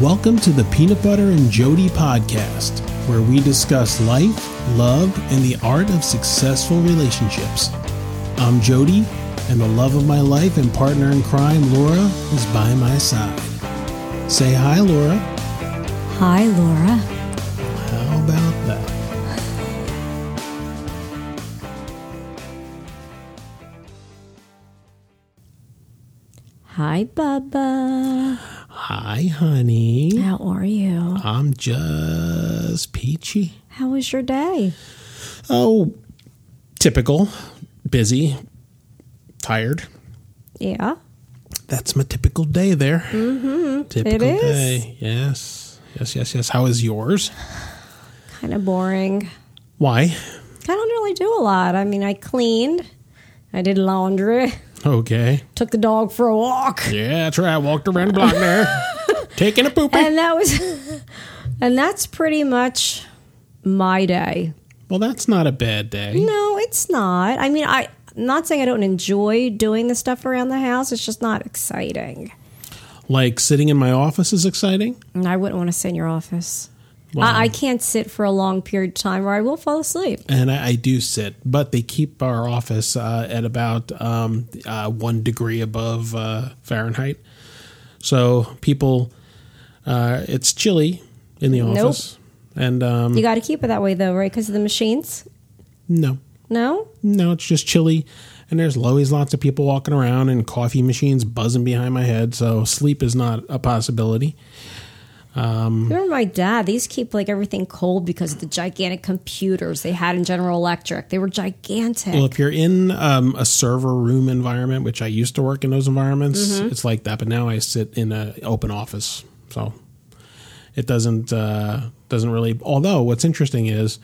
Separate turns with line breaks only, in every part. Welcome to the Peanut Butter and Jody podcast, where we discuss life, love, and the art of successful relationships. I'm Jody, and the love of my life and partner in crime, Laura, is by my side. Say hi, Laura.
Hi, Laura.
How about that?
Hi, Bubba.
Hi, honey.
How are you?
I'm just peachy.
How was your day?
Oh, typical. Busy. Tired.
Yeah.
That's my typical day there. Mm-hmm. Typical
is.
day. Yes. Yes, yes, yes. How is yours?
Kind of boring.
Why?
I don't really do a lot. I mean, I cleaned, I did laundry,
Okay.
took the dog for a walk,
Yeah, that's right. I walked around the block there. Taking a poopy.
and that was, and that's pretty much my day.
well, that's not a bad day.
No, it's not. I mean, I. I'm Not saying I don't enjoy doing the stuff around the house. It's just not exciting.
Like sitting in my office is exciting.
And I wouldn't want to sit in your office.
Wow.
I, I can't sit for a long period of time or I will fall asleep.
and I, I do sit, but they keep our office uh, at about um, uh, one degree above uh, Fahrenheit. So people, uh, it's chilly in the
Nope.
office, and um,
You got to keep it that way, though, right? Because of the machines.
no,
No,
no, it's just chilly. And there's always lots of people walking around and coffee machines buzzing behind my head, so sleep is not a possibility. Mm-hmm.
remember my dad? They used to keep like everything cold because of the gigantic computers they had in General Electric. They were gigantic.
Well, if you're in um, a server room environment, which I used to work in those environments, it's like that. But now I sit in an open office, so it doesn't uh, doesn't really. Although what's interesting is,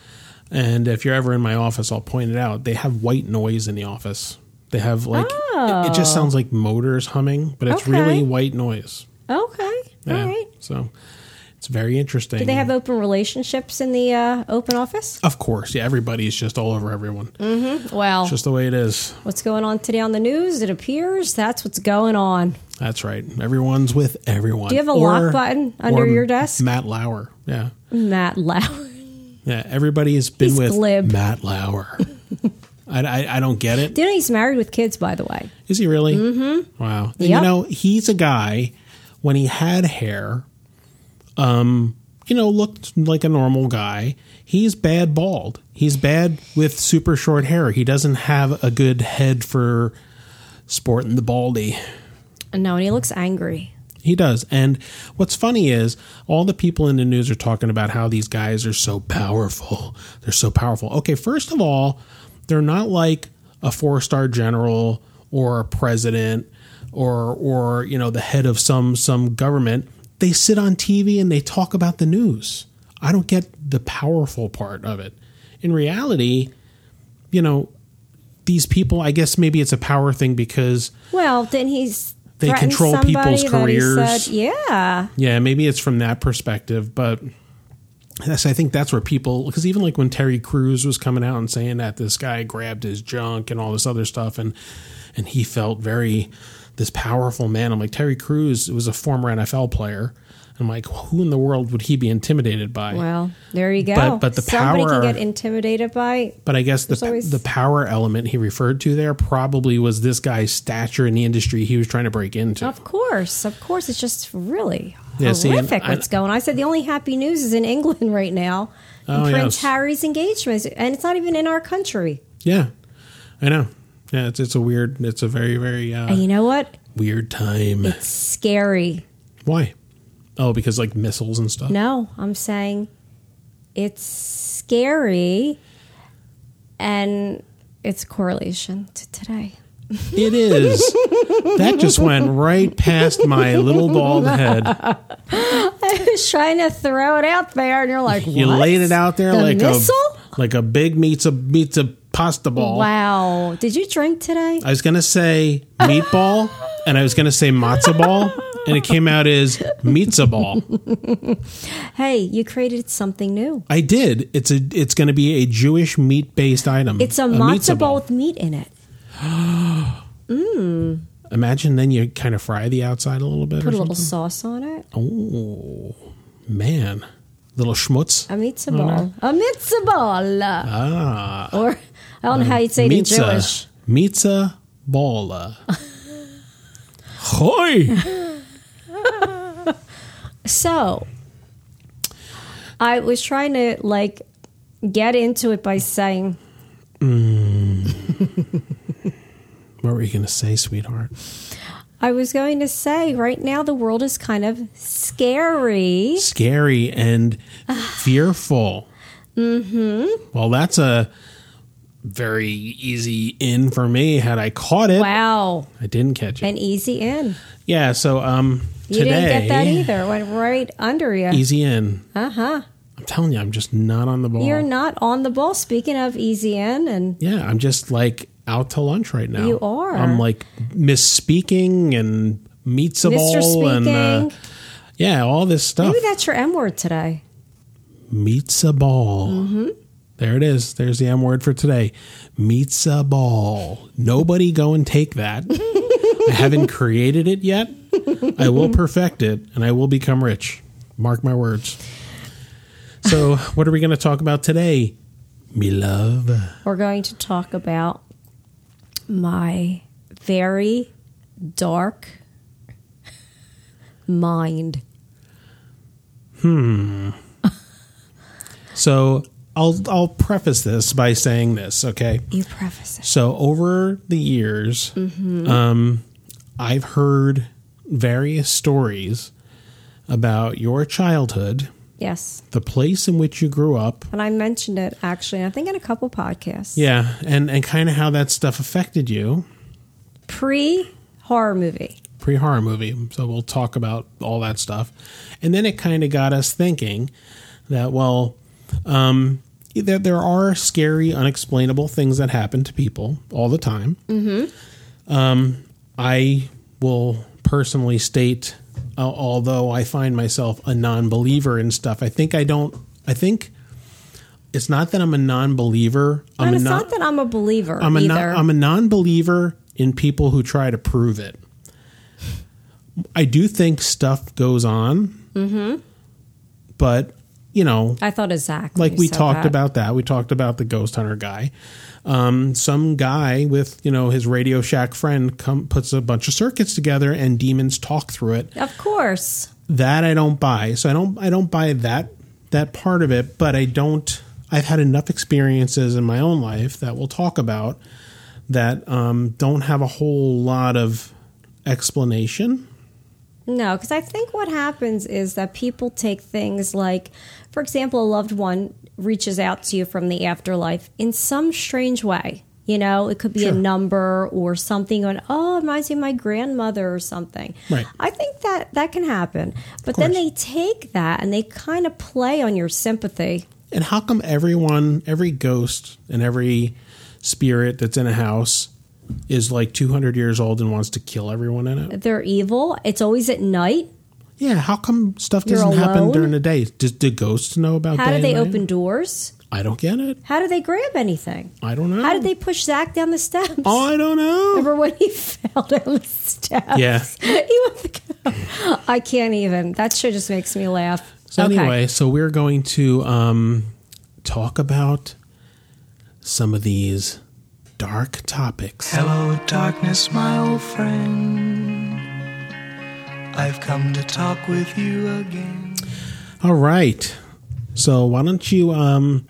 and if you're ever in my office, I'll point it out. They have white noise in the office. They have like it, it just sounds like motors humming, but it's really
Okay.
white noise.
okay, all right.
So it's very interesting.
Do they have open relationships in the uh, open office?
of course, yeah. Everybody's just all over everyone.
Well,
Just the way it is.
what's going on today on the news? It appears that's what's going on.
That's right. Everyone's with everyone. Do
you have a lock button under your desk?
Matt Lauer. Yeah.
Matt Lauer.
Yeah. Everybody has been
He's
with
glib.
Matt Lauer. I, I, I don't get it.
Do you know he's married with kids, by the way?
Is he really? Mm-hmm. Wow. And You
Yep.
know, he's a guy when he had hair, um, you know, looked like a normal guy. He's bad bald. He's bad with super short hair. He doesn't have a good head for sporting the baldy.
No, and he looks angry.
He does. And what's funny is all the people in the news are talking about how these guys are so powerful. They're so powerful. Okay, first of all, they're not like a four-star general or a president or or you know the head of some some government. They sit on TV and they talk about the news. I don't get the powerful part of it. In reality, you know, these people, I guess maybe it's a power thing because
Well, then he's
They
threatened
control
somebody
people's
that he
careers.
said- yeah,
Yeah, maybe it's from that perspective, but that's, I think that's where people because even like when Terry Crews was coming out and saying that this guy grabbed his junk and all this other stuff, and and he felt very this powerful man. I'm like Terry Crews was a former NFL player. I'm like, who in the world would he be intimidated by?
Well, there you go.
But- but the
somebody
power-
can get intimidated by.
But I guess the
There's always-
the power element he referred to there probably was this guy's stature in the industry he was trying to break into.
Of course, of course, it's just really
Yeah, see, and
horrific
I-
what's going. on. I said the only happy news is in England right now.
Oh,
Prince
yes.
Harry's engagement, and it's not even in our country.
Yeah, I know. Yeah, it's it's a weird, it's a very very uh,
And you know what?
weird time.
It's scary.
Why? Oh, because like missiles and stuff.
No, I'm saying it's scary, and it's a correlation to today.
It is. that just went right past my little bald head.
I was trying to throw it out there, and you're like,
You
what?
laid it out there
The
like
missile?
a like a big meets a meets a pasta ball.
Wow, did you drink today?
I was gonna say meatball, and I was gonna say matzo ball, and it came out as meatza ball.
Hey, you created something new.
I did. It's a. It's gonna be a Jewish meat based item.
It's a, matzo ball with meat in it.
Imagine then you kind of fry the outside a little bit.
Put
or
a little
something.
sauce on it.
Oh man, little schmutz.
A mitzvah ball. A mitzvah ball.
Ah,
or I don't know how you'd say it in Jewish.
Mitza, Mitza Bala. Hoi!
So I was trying to like get into it by saying
What were you going to say, sweetheart?
I was going to say right now the world is kind of scary.
Scary and fearful. Mm-hmm. Well, that's a very easy in for me. Had I caught it,
Wow.
I didn't catch it.
An easy in.
yeah. So um,
You
today,
didn't get that either. It Went right under you.
easy in.
Uh huh.
I'm telling you, I'm just not on the ball.
You're not on the ball. Speaking of easy in and
Yeah, I'm just like out to lunch right now.
You are.
I'm like misspeaking and meets of
Mr.
all and uh,
Speaking.
yeah, all this stuff.
maybe that's your M word today.
meets a ball. There it is. There's the M word for today. Meets a ball. Nobody go and take that. I haven't created it yet. I will perfect it and I will become rich. Mark my words. So, what are we going to talk about today? Me love.
We're going to talk about my very dark mind.
So, I'll I'll preface this by saying this, okay?
You preface it.
So over the years, um, I've heard various stories about your childhood,
Yes.
the place in which you grew up,
And I mentioned it actually, I think in a couple podcasts.
yeah, and and kind of how that stuff affected you
Pre horror movie.
pre horror movie. So we'll talk about all that stuff, and then it kind of got us thinking that well, um, that there are scary, unexplainable things that happen to people all the time. Mm-hmm. Um, I will personally state, uh, although I find myself a non-believer in stuff, I think I don't. I think. It's not that I'm a non-believer. I'm
and
a
it's
non-
not that I'm a believer
I'm a
either.
non, I'm a non-believer in people who try to prove it. I do think stuff goes on, mm-hmm. but you know,
I thought of Zach. when
like
you
we
said
talked
that.
about that. We talked about the ghost hunter guy. Um, some guy with you know his Radio Shack friend come puts a bunch of circuits together and demons talk through it.
Of course.
That I don't buy. So I don't I don't buy that that part of it. But I don't. I've had enough experiences in my own life that we'll talk about that um, don't have a whole lot of explanation.
No, because I think what happens is that people take things like, for example, a loved one reaches out to you from the afterlife in some strange way. You know, it could be a
Sure.
number or something on, oh, it reminds me of my grandmother or something.
Right.
I think that that can happen. But then they take that and they kind of play on your sympathy.
And how come everyone, every ghost and every spirit that's in a house is like 200 years old and wants to kill everyone in it?
They're evil. It's always at night.
Yeah, how come stuff
You're
doesn't happen
alone?
during the day? Does do ghosts know about
How
day
do they
and night?
open doors?
I don't get it.
How do they grab anything?
I don't know.
How did they push Zach down the steps?
I don't know.
Remember when he fell down the steps?
Yeah.
He went the- I can't even. That shit just makes me laugh.
So anyway, so we're going to um, talk about some of these dark topics.
Hello, darkness, my old friend. I've come to talk with you again.
All right. So why don't you um,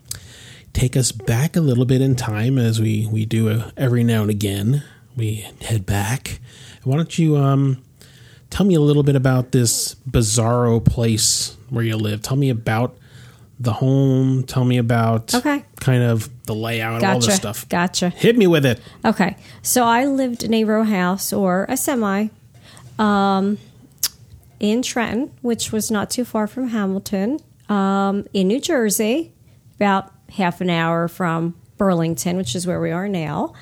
take us back a little bit in time as we we do uh, every now and again. We head back. Why don't you um, tell me a little bit about this bizarro place where you live? Tell me about the home. Tell me about
Okay.
kind of the layout, all
gotcha.
this stuff.
Gotcha.
Hit me with it.
Okay. So I lived in a row house or a semi um, in Trenton, which was not too far from Hamilton, um, in New Jersey, about half an hour from Burlington, which is where we are now.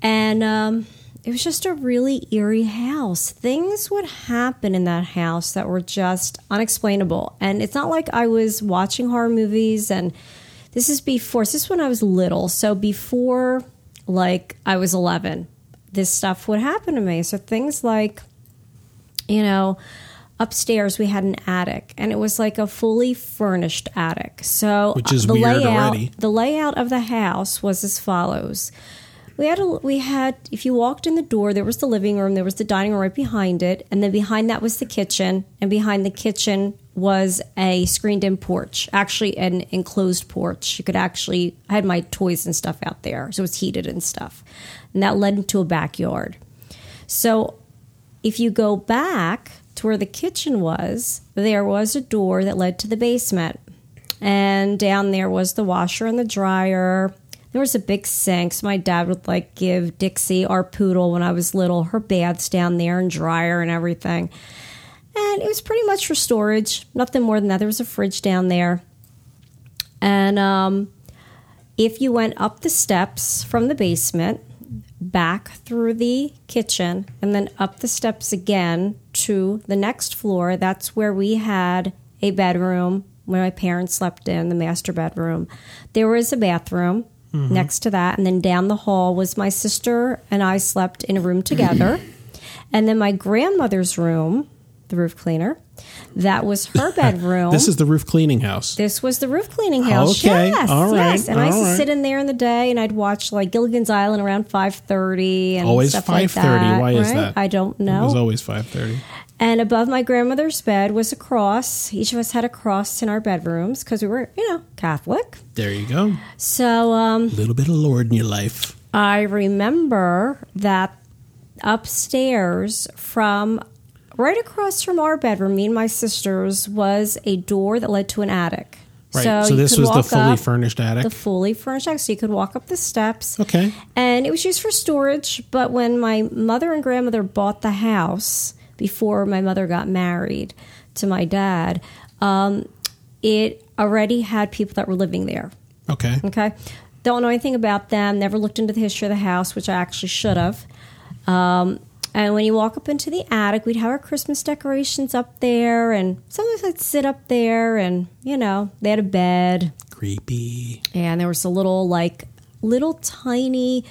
And um, it was just a really eerie house. Things would happen in that house that were just unexplainable. And it's not like I was watching horror movies. And this is before, this is when I was little. So before, like, I was 11. this stuff would happen to me. So things like, you know, upstairs we had an attic and it was like a fully furnished attic. So
Which is
the
weird
layout,
already.
The layout of the house was as follows. We had a, we had if you walked in the door there was the living room, there was the dining room right behind it, and then behind that was the kitchen, and behind the kitchen was a screened-in porch, actually an enclosed porch. You could actually I had my toys and stuff out there, so it was heated and stuff. And that led into a backyard. So if you go back to where the kitchen was, there was a door that led to the basement. And down there was the washer and the dryer. There was a big sink. So my dad would like give Dixie, our poodle, when I was little, her baths down there and dryer and everything. And it was pretty much for storage, nothing more than that. There was a fridge down there. And um, if you went up the steps from the basement, back through the kitchen and then up the steps again to the next floor. That's where we had a bedroom where my parents slept in, the master bedroom. There was a bathroom
Mm-hmm.
next to that. And then down the hall was my sister and I slept in a room together. and then my grandmother's room, the roof cleaner, that was her bedroom.
This is the roof cleaning house.
This was the roof cleaning house.
Okay.
Yes.
All right.
Yes. And I used
All
to
right.
sit in there in the day and I'd watch like Gilligan's Island around five thirty and
Always
stuff like
5:30.
that,
Why is
right?
that?
I don't
It was
know.
always five thirty.
And above my grandmother's bed was a cross. Each of us had a cross in our bedrooms because we were, you know, Catholic.
There you go.
So um,
A little bit of Lord in your life.
I remember that upstairs from right across from our bedroom, me and my sisters, was a door that led to an attic.
Right.
So,
So,
you
this
could
was the
walk
fully
up,
furnished attic.
the fully furnished attic. So you could walk up the steps.
okay.
And it was used for storage. But when my mother and grandmother bought the house before my mother got married to my dad, um, it already had people that were living there.
Okay.
Okay. Don't know anything about them. Never looked into the history of the house, which I actually should have. Um, and when you walk up into the attic, we'd have our Christmas decorations up there, and sometimes I'd sit up there, and you know they had a bed,
Creepy.
and there was a little like little tiny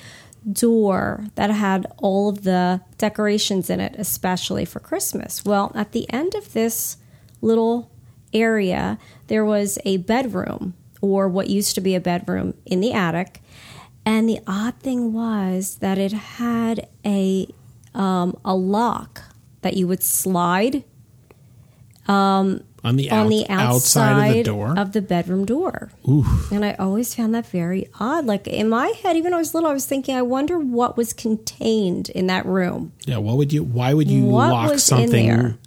door that had all of the decorations in it, especially for Christmas. Well, at the end of this little area, there was a bedroom or what used to be a bedroom in the attic. And the odd thing was that it had a um, a lock that you would slide
On the,
on
out-
the outside,
of the door.
of the bedroom door. And I always found that very odd. Like in my head, even when I was little, I was thinking, I wonder what was contained in that room.
yeah. What would you? Why would you
What
lock
was in
something
there?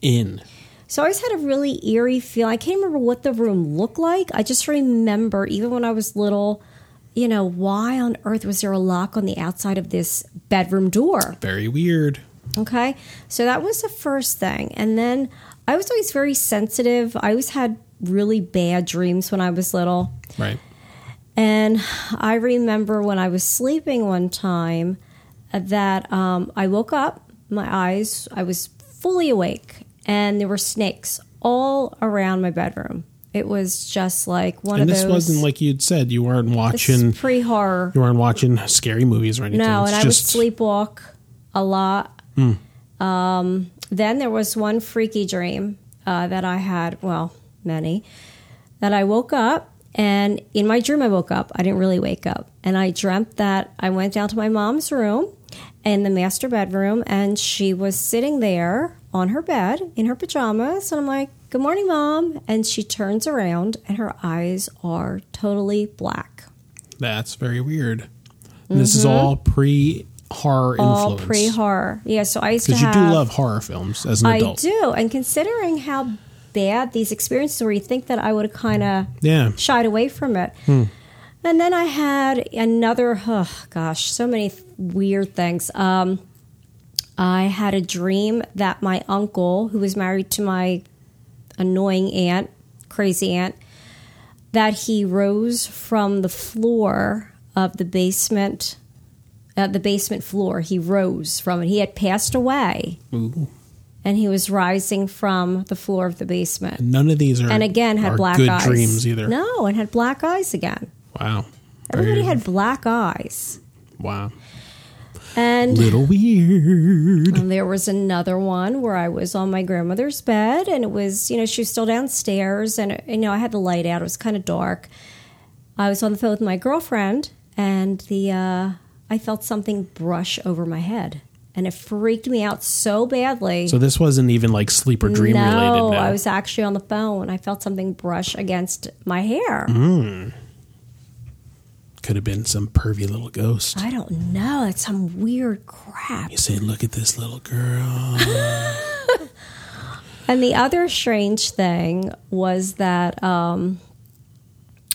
in?
So I always had a really eerie feel. I can't remember what the room looked like. I just remember, even when I was little, you know, why on earth was there a lock on the outside of this bedroom door?
Very weird.
Okay. So that was the first thing. And then I was always very sensitive. I always had really bad dreams when I was little.
Right.
And I remember when I was sleeping one time that um, I woke up, my eyes, I was fully awake, and there were snakes all around my bedroom. It was just like one
And
of
this
those.
wasn't like you'd said. You weren't watching.
pre horror.
You weren't watching scary movies or anything.
No,
It's
and I would
just Hmm.
sleepwalk a lot. Um, then there was one freaky dream uh, that I had, well, many, that I woke up. And in my dream, I woke up. I didn't really wake up. And I dreamt that I went down to my mom's room in the master bedroom, and she was sitting there on her bed in her pajamas. And I'm like, Good morning, mom. And she turns around, and her eyes are totally black.
That's very weird. And This is all pre horror
Mm-hmm. all
influence.
pre horror. Yeah, so I used to
Because you
have.
do love horror films as an
I
adult.
do, and considering how bad these experiences were, you think that I would have kind of
Yeah.
shied away from it. And then I had another. Oh gosh, so many th- weird things. Um, I had a dream that my uncle, who was married to my annoying aunt, crazy aunt, that he rose from the floor of the basement. Uh, the basement floor. He rose from it. He had passed away
Ooh.
and he was rising from the floor of the basement.
None of these are
And again, had
are
black
good
eyes.
dreams either.
No, and had black eyes again.
Wow.
Everybody
Very-
had black eyes.
wow.
And
little weird.
And there was another one where I was on my grandmother's bed, and it was, you know, she was still downstairs, and, you know, I had the light out. It was kind of dark. I was on the phone with my girlfriend, and the uh, I felt something brush over my head, and it freaked me out so badly.
So this wasn't even like sleep or dream
no,
related. No,
I was actually on the phone. I felt something brush against my hair.
Could have been some pervy little ghost.
I don't know. It's some weird crap.
You said, "Look at this little girl."
And the other strange thing was that um,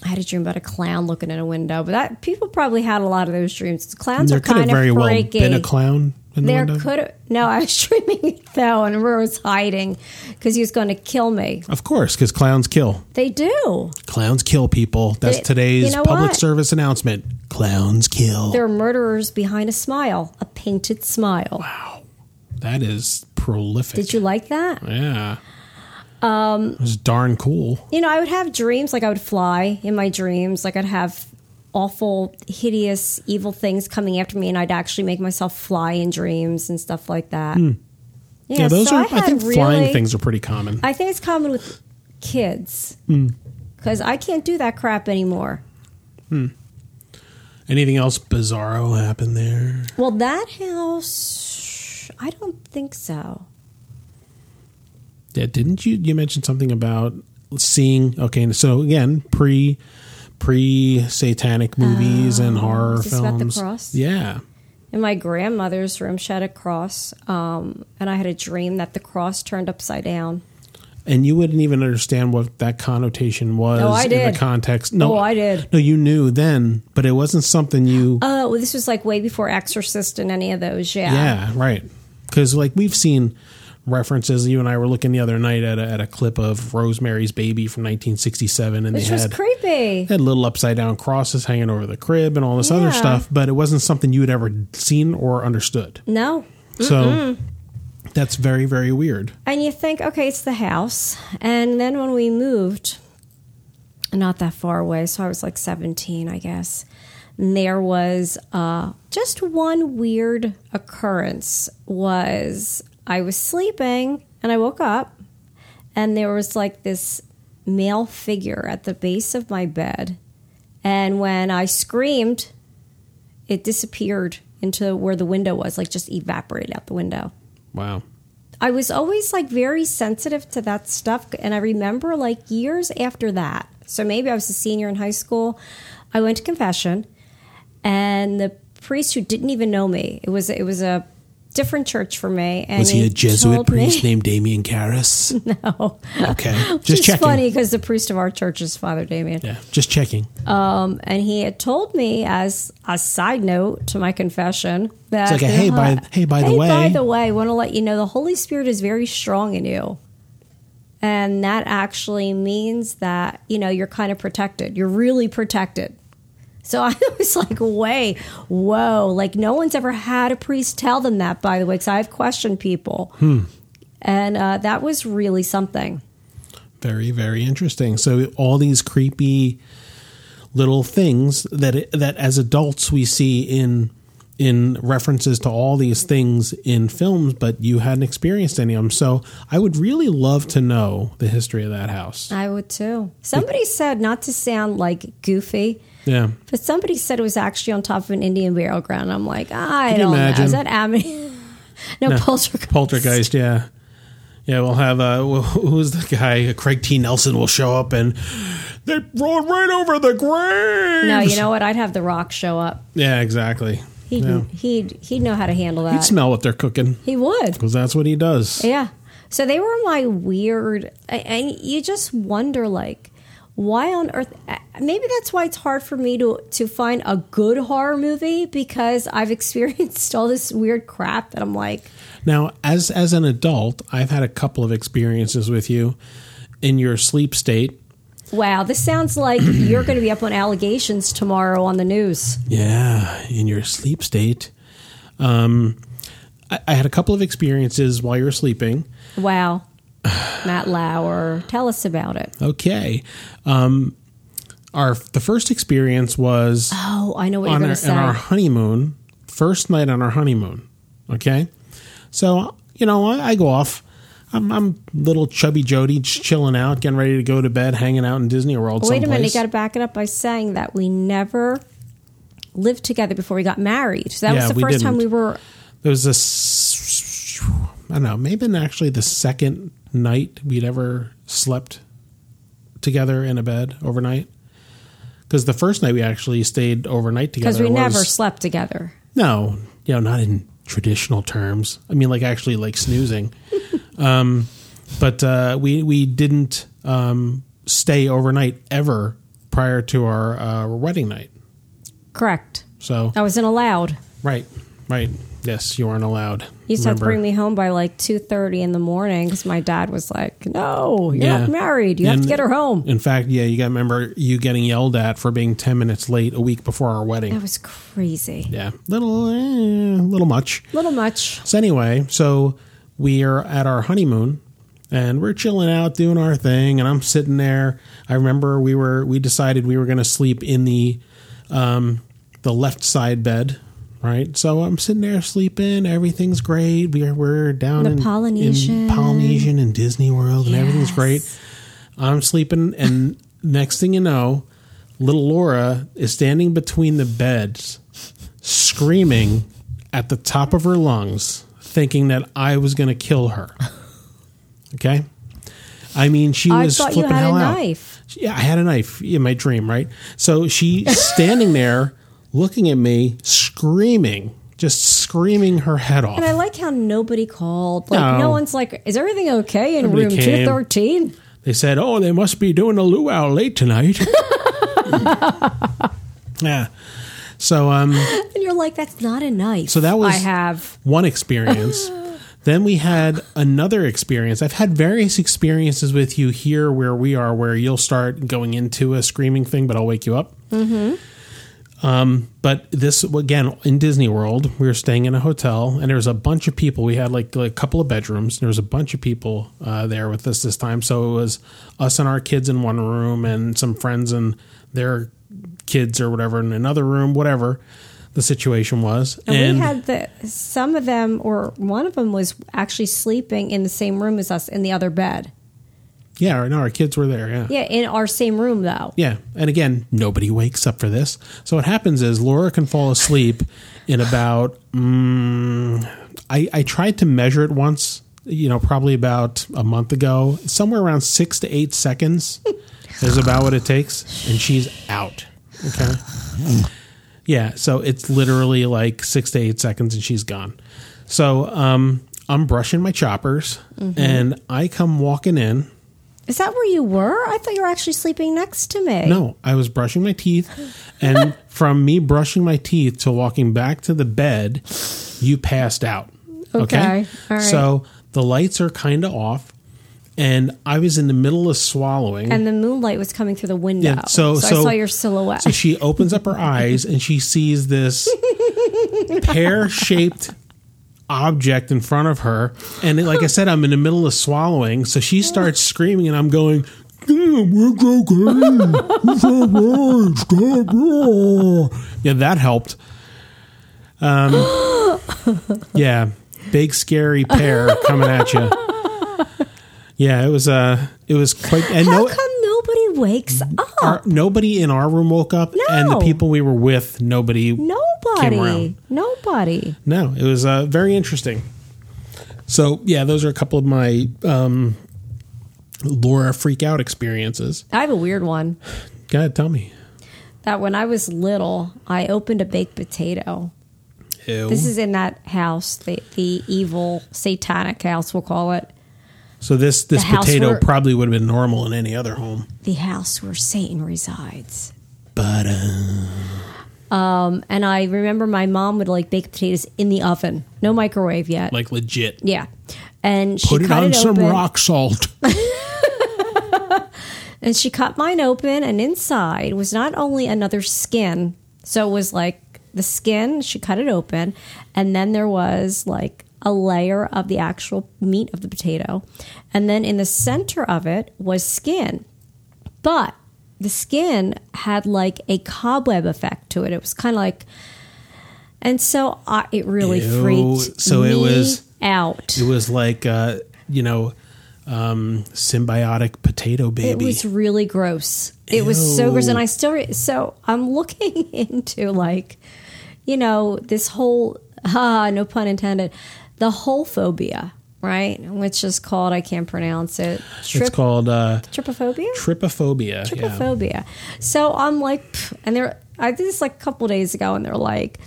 I had a dream about a clown looking in a window, but that people probably had a lot of those dreams. Clowns
there
are
could have
kind
very
of
well
freaky.
been a clown in the
there
window.
could no. I was dreaming though, and Rur was hiding because he was going to kill me.
Of course, because clowns kill.
They do.
Clowns kill people. That's
They-
today's
you know
public
what?
service announcement. Clowns kill.
They're murderers behind a smile, a painted smile.
that is prolific.
Did you like that?
Yeah. Um, it was darn cool.
you know, I would have dreams like I would fly in my dreams, like I'd have awful, hideous, evil things coming after me, and I'd actually make myself fly in dreams and stuff like that.
Hmm. Yeah, those
so
are. I,
had
think
really-
flying things are pretty common.
I think it's common with kids
Hmm.
because I can't do that crap anymore.
Anything else bizarro happened there?
Well, that house, I don't think so.
Yeah, didn't you? You mentioned something about seeing. Okay, so again, pre pre satanic movies and horror
Oh, is this about the
films.
cross?
Yeah,
In my grandmother's room, she had a cross, um, and I had a dream that the cross turned upside down.
and you wouldn't even understand what that connotation was
Oh, I
in
did.
the context. No,
Oh, I did.
No, you knew then, but it wasn't something you.
Oh, well, this was like way before Exorcist and any of those.
Yeah, right. Because like we've seen references. You and I were looking the other night at a, at a clip of Rosemary's Baby from 1967, and
which
they
was
had
creepy.
had little upside down crosses hanging over the crib and all this other
Yeah.
stuff. But it wasn't something you had ever seen or understood.
No.
So that's very very weird.
And you think, okay, it's the house. And then when we moved, not that far away, so I was like 17, I guess, and there was uh, just one weird occurrence was I was sleeping and I woke up and there was like this male figure at the base of my bed. And when I screamed, it disappeared into where the window was, like just evaporated out the window.
Wow.
I was always like very sensitive to that stuff. And I remember like years after that. So maybe I was a senior in high school. I went to confession and the priest who didn't even know me, it was, it was a different church for me. And
Was he a Jesuit
told me-
priest named Damien Karras?
No.
Okay,
Which
just
is
checking.
funny because the priest of our church is Father Damien.
Yeah, just checking.
Um, and he had told me as a side note to my confession that "Uh-huh,
It's like a, hey, by- hey, by the way.
by the way, want to let you know the Holy Spirit is very strong in you, and that actually means that you know you're kind of protected. You're really protected. So I was like, way, whoa, like no one's ever had a priest tell them that. By the way, because I've questioned people,
Hmm.
and uh, that was really something.
Very, very interesting. So all these creepy little things that that as adults we see in in references to all these things in films, but you hadn't experienced any of them. So I would really love to know the history of that house.
I would too. Somebody said not to sound like goofy.
Yeah,
But somebody said it was actually on top of an Indian burial ground. I'm like, "Ah, I
you
don't know.
imagine?
Is that Amity? no, poltergeist.
Poltergeist. Yeah, yeah. We'll have uh, wh- who's the guy? Craig T. Nelson will show up and they rolled right over the grave.
No, you know what? I'd have The Rock show up.
Yeah, exactly.
He'd
Yeah.
he'd he'd know how to handle
He'd
that.
smell what they're cooking
he would.
because that's what he does.
Yeah. So they were my weird, I- and you just wonder like. Why on earth? Maybe that's why it's hard for me to to find a good horror movie because I've experienced all this weird crap that I'm like,
Now, as as an adult, I've had a couple of experiences with you in your sleep state.
wow, this sounds like you're going to be up on allegations tomorrow on the news.
Yeah, in your sleep state. Um, I, I had a couple of experiences while you were sleeping.
Wow. Matt Lauer, tell us about it.
Okay. Um, our the first experience was
Oh, I know what you're
on
going
our,
to
on our
say.
honeymoon. first night on our honeymoon. Okay. So, you know, I, I go off. I'm, I'm little chubby Jody, just chilling out, getting ready to go to bed, hanging out in Disney World.
Wait a minute, you
someplace.
got to back it up by saying that we never lived together before we got married. So that
Yeah,
was the
we
1st
didn't.
time we were.
There was this. I don't know. Maybe actually the second night we'd ever slept together in a bed overnight. Because the first night we actually stayed overnight together.
Because we never
was-
slept together.
No, you know, not in traditional terms. I mean, like actually, like snoozing. um, but uh, we we didn't um, stay overnight ever prior to our uh, wedding night.
Correct.
So
I wasn't allowed.
right, right, yes, you aren't allowed.
You used to have to
Remember.
bring me home by like two thirty in the morning because my dad was like, "No, you're
Yeah.
not married. You have
And-
to get her home."
In fact, yeah, you got to remember you getting yelled at for being ten minutes late a week before our
That
wedding.
was crazy.
Yeah, little, eh, little much.
Little much.
So anyway, so we are at our honeymoon and we're chilling out doing our thing and I'm sitting there. I remember we were we decided we were going to sleep in the um the left side bed, right? So I'm sitting there sleeping, everything's great. We're we're down
The
in
Polynesian.
in Polynesian and Disney World and everything's
Yes.
great. I'm sleeping and next thing you know, little Laura is standing between the beds screaming at the top of her lungs, thinking that I was going to kill her. Okay, I mean she
I
was
thought you
flipping
had
hell
a
out.
knife.
Yeah, I had a knife in my dream, right? So she's standing there, looking at me, screaming, just screaming her head off.
And I like how nobody called. Like no,
No.
one's like, "Is everything okay in
Nobody
room
came.
two thirteen?
They said, "Oh, they must be doing a luau late tonight." yeah. So um.
And you're like, "That's not a knife."
So that was-
I have.
one experience. then we had another experience. I've had various experiences with you here where we are, where you'll start going into a screaming thing, but I'll wake you up. Mm-hmm. Um, but this again in Disney World, we were staying in a hotel, and there was a bunch of people. We had like, like a couple of bedrooms. There was a bunch of people uh, there with us this time. So it was us and our kids in one room, and some friends and their kids or whatever in another room, whatever the situation was.
And, we had the some of them or one of them was actually sleeping in the same room as us in the other bed.
Yeah, no, our kids were there. Yeah.
Yeah, in our same room though.
Yeah. And again, nobody wakes up for this. So what happens is Laura can fall asleep in about, mm, I, I tried to measure it once, you know, probably about a month ago, somewhere around six to eight seconds is about what it takes. And she's out. Okay. Yeah. So it's literally like six to eight seconds and she's gone. So, um, I'm brushing my choppers and I come walking in.
Is that where you were? I thought you were actually sleeping next to me.
No, I was brushing my teeth, and from me brushing my teeth to walking back to the bed, you passed out.
Okay, all right.
So the lights are kind of off, and I was in the middle of swallowing.
and the moonlight was coming through the window.
Yeah, so-
I
so-
saw your silhouette.
so she opens up her eyes and she sees this pear shaped object in front of her. And it- like I said, I'm in the middle of swallowing. So she starts screaming, and I'm going, "Yeah, we're okay. It's all right. It's all right." yeah, that helped. Um, yeah, big scary pear coming at you. Yeah, it was uh, it was quite. And
How
no,
come nobody wakes up?
our, nobody in our room woke up, and the
Oh. No.
people we were with, nobody. Came
Nobody.
around.
Nobody.
No, it was uh, very interesting. So yeah, those are a couple of my um, Laura freak out experiences.
I have a weird one.
Go ahead, tell me.
That when I was little, I opened a baked potato.
Ew.
This is in that house, the, the evil satanic house, we'll call it.
so this this
the house
potato
where-
probably would have been normal in any other home,
The house where Satan resides.
but uh,
Um, and I remember my mom would like bake potatoes in the oven, no microwave yet.
like legit.
yeah. And she
Put it
cut
on
it
some
open.
rock salt.
And she cut mine open, and inside was not only another skin, so it was like the skin, she cut it open, and then there was like a layer of the actual meat of the potato. And then in the center of it was skin. But the skin had like a cobweb effect to it. It was kind of like And so I, it really
Ew.
freaked
So it
me
was-
out.
It was like, uh, you know, um, symbiotic potato
It
baby.
was really gross. It was so
Ew.
gross, and I still re- so I'm looking into like, you know, this whole ah, no pun intended, the whole phobia, right? Which is called I can't pronounce it.
it's
Trip,
called uh,
trypophobia.
trypophobia. Yeah.
Trypophobia. So I'm like, pff, and they're I did this like a couple days ago, and they're like,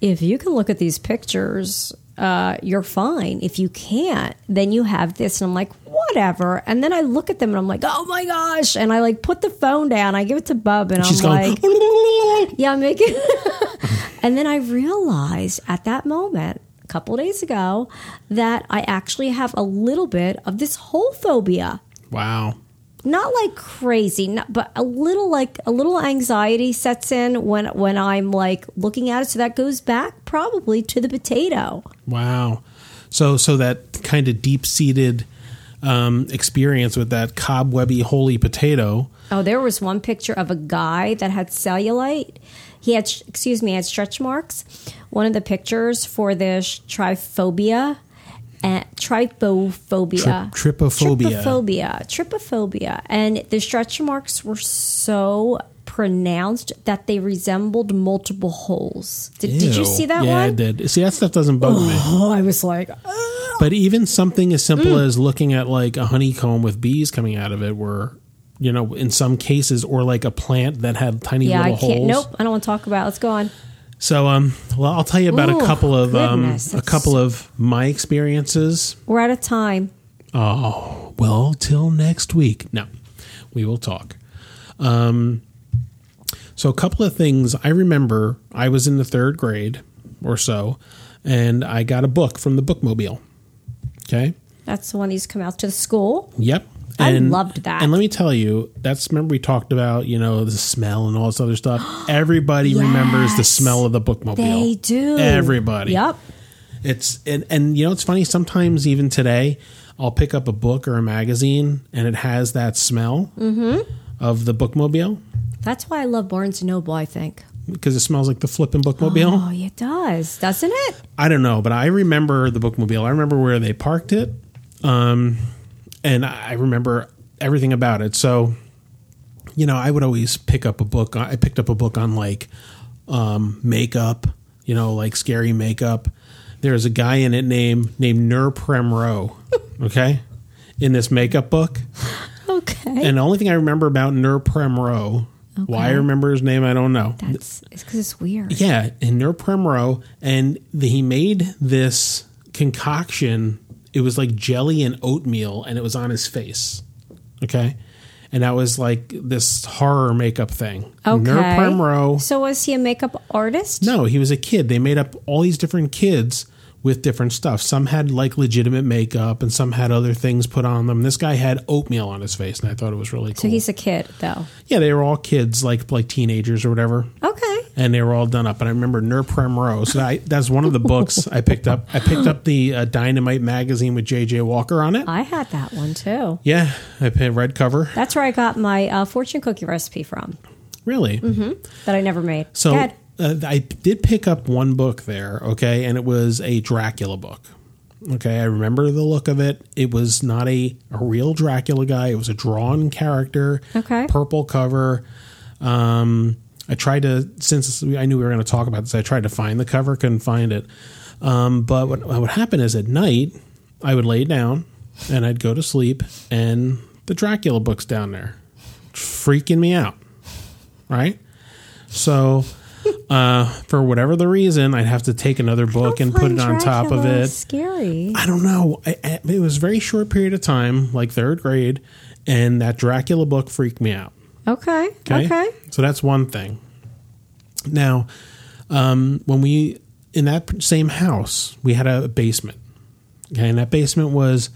if you can look at these pictures, uh, you're fine. If you can't, then you have this. And I'm like, whatever. And then I look at them, and I'm like, oh my gosh. And I like put the phone down. I give it to Bub, and
She's "Oh,
I'm
going.
like, yeah, I'm making. and then I realized at that moment, a couple days ago, that I actually have a little bit of this whole phobia
wow.
not like crazy, not, but a little like a little anxiety sets in when when I'm like looking at it. So that goes back probably to the potato.
Wow. So so that kind of deep seated um, experience with that cobwebby holy potato.
Oh, there was one picture of a guy that had cellulite. He had, excuse me, had stretch marks. One of the pictures for this triphobia, eh, and trypophobia,
Trip- trypophobia.
trypophobia, trypophobia, and the stretch marks were so pronounced that they resembled multiple holes. Did, did you
Ew.
see that
yeah, I
one?
did. See, that stuff doesn't bug me.
Oh, I was like,
But even something as simple
Mm.
as looking at like a honeycomb with bees coming out of it were, you know, in some cases, or like a plant that had tiny
yeah, I
little
can't.
holes.
Nope, I don't want to talk about. it. Let's go on.
So, um, well, I'll tell you about
Ooh,
a couple of
goodness,
um, a
that's-
couple of my experiences.
We're out of time.
Oh, well, till next week. No, we will talk. Um, so, a couple of things I remember I was in the third grade or so, and I got a book from the bookmobile. Okay.
That's the one that used to come out to the school.
Yep.
I
And-
loved that.
And let me tell you, that's remember we talked about, you know, the smell and all this other stuff. Everybody remembers the
Yes.
smell of the bookmobile.
They do.
Everybody.
Yep.
It's and and you know it's funny sometimes even today I'll pick up a book or a magazine and it has that smell of the bookmobile
That's why I love Barnes and Noble. I think.
because it smells like the flipping bookmobile.
Oh, it does, doesn't it?
I don't know, but I remember the bookmobile. I remember where they parked it, um, and I remember everything about it. So, you know, I would always pick up a book. I picked up a book on like um, makeup, you know, like scary makeup. There's a guy in it named named Nur Premro, okay, in this makeup book.
Okay.
And the only thing I remember about Nur Premro, why I remember his name, I don't know.
That's it's because it's weird.
Yeah, in Nur Premro, and the, he made this concoction. It was like jelly and oatmeal, and it was on his face. Okay, and that was like this horror makeup thing.
Okay.
Nur Premro.
So was he a makeup artist?
No, he was a kid. They made up all these different kids with different stuff. Some had like legitimate makeup, and some had other things put on them. This guy had oatmeal on his face, and I thought it was really cool.
So he's a kid, though.
yeah, they were all kids, like like teenagers or whatever
Okay.
and they were all done up. And I remember Ner Premro. So I, that's one of the books I picked up. I picked up the uh, Dynamite magazine with J.J. Walker on it.
I had that one too.
Yeah, I picked red cover.
That's where I got my uh, fortune cookie recipe from
Really?
that I never made.
So
Good.
uh, I did pick up one book there, okay, and it was a Dracula book. Okay, I remember the look of it. It was not a, a real Dracula guy. It was a drawn character.
Okay.
Purple cover. Um, I tried to since I knew we were going to talk about this. I tried to find the cover, couldn't find it. Um, but what, what would happen is at night, I would lay down and I'd go to sleep, and the Dracula book's down there, freaking me out. Right. So, uh, for whatever the reason, I'd have to take another book and put it on top of
Dracula is
it.
Scary.
I don't know. I, I- it was a very short period of time, like third grade, and that Dracula book freaked me out.
Okay. Okay.
Okay. So that's one thing. Now, um, when we in that same house, we had a basement. Okay, and that basement was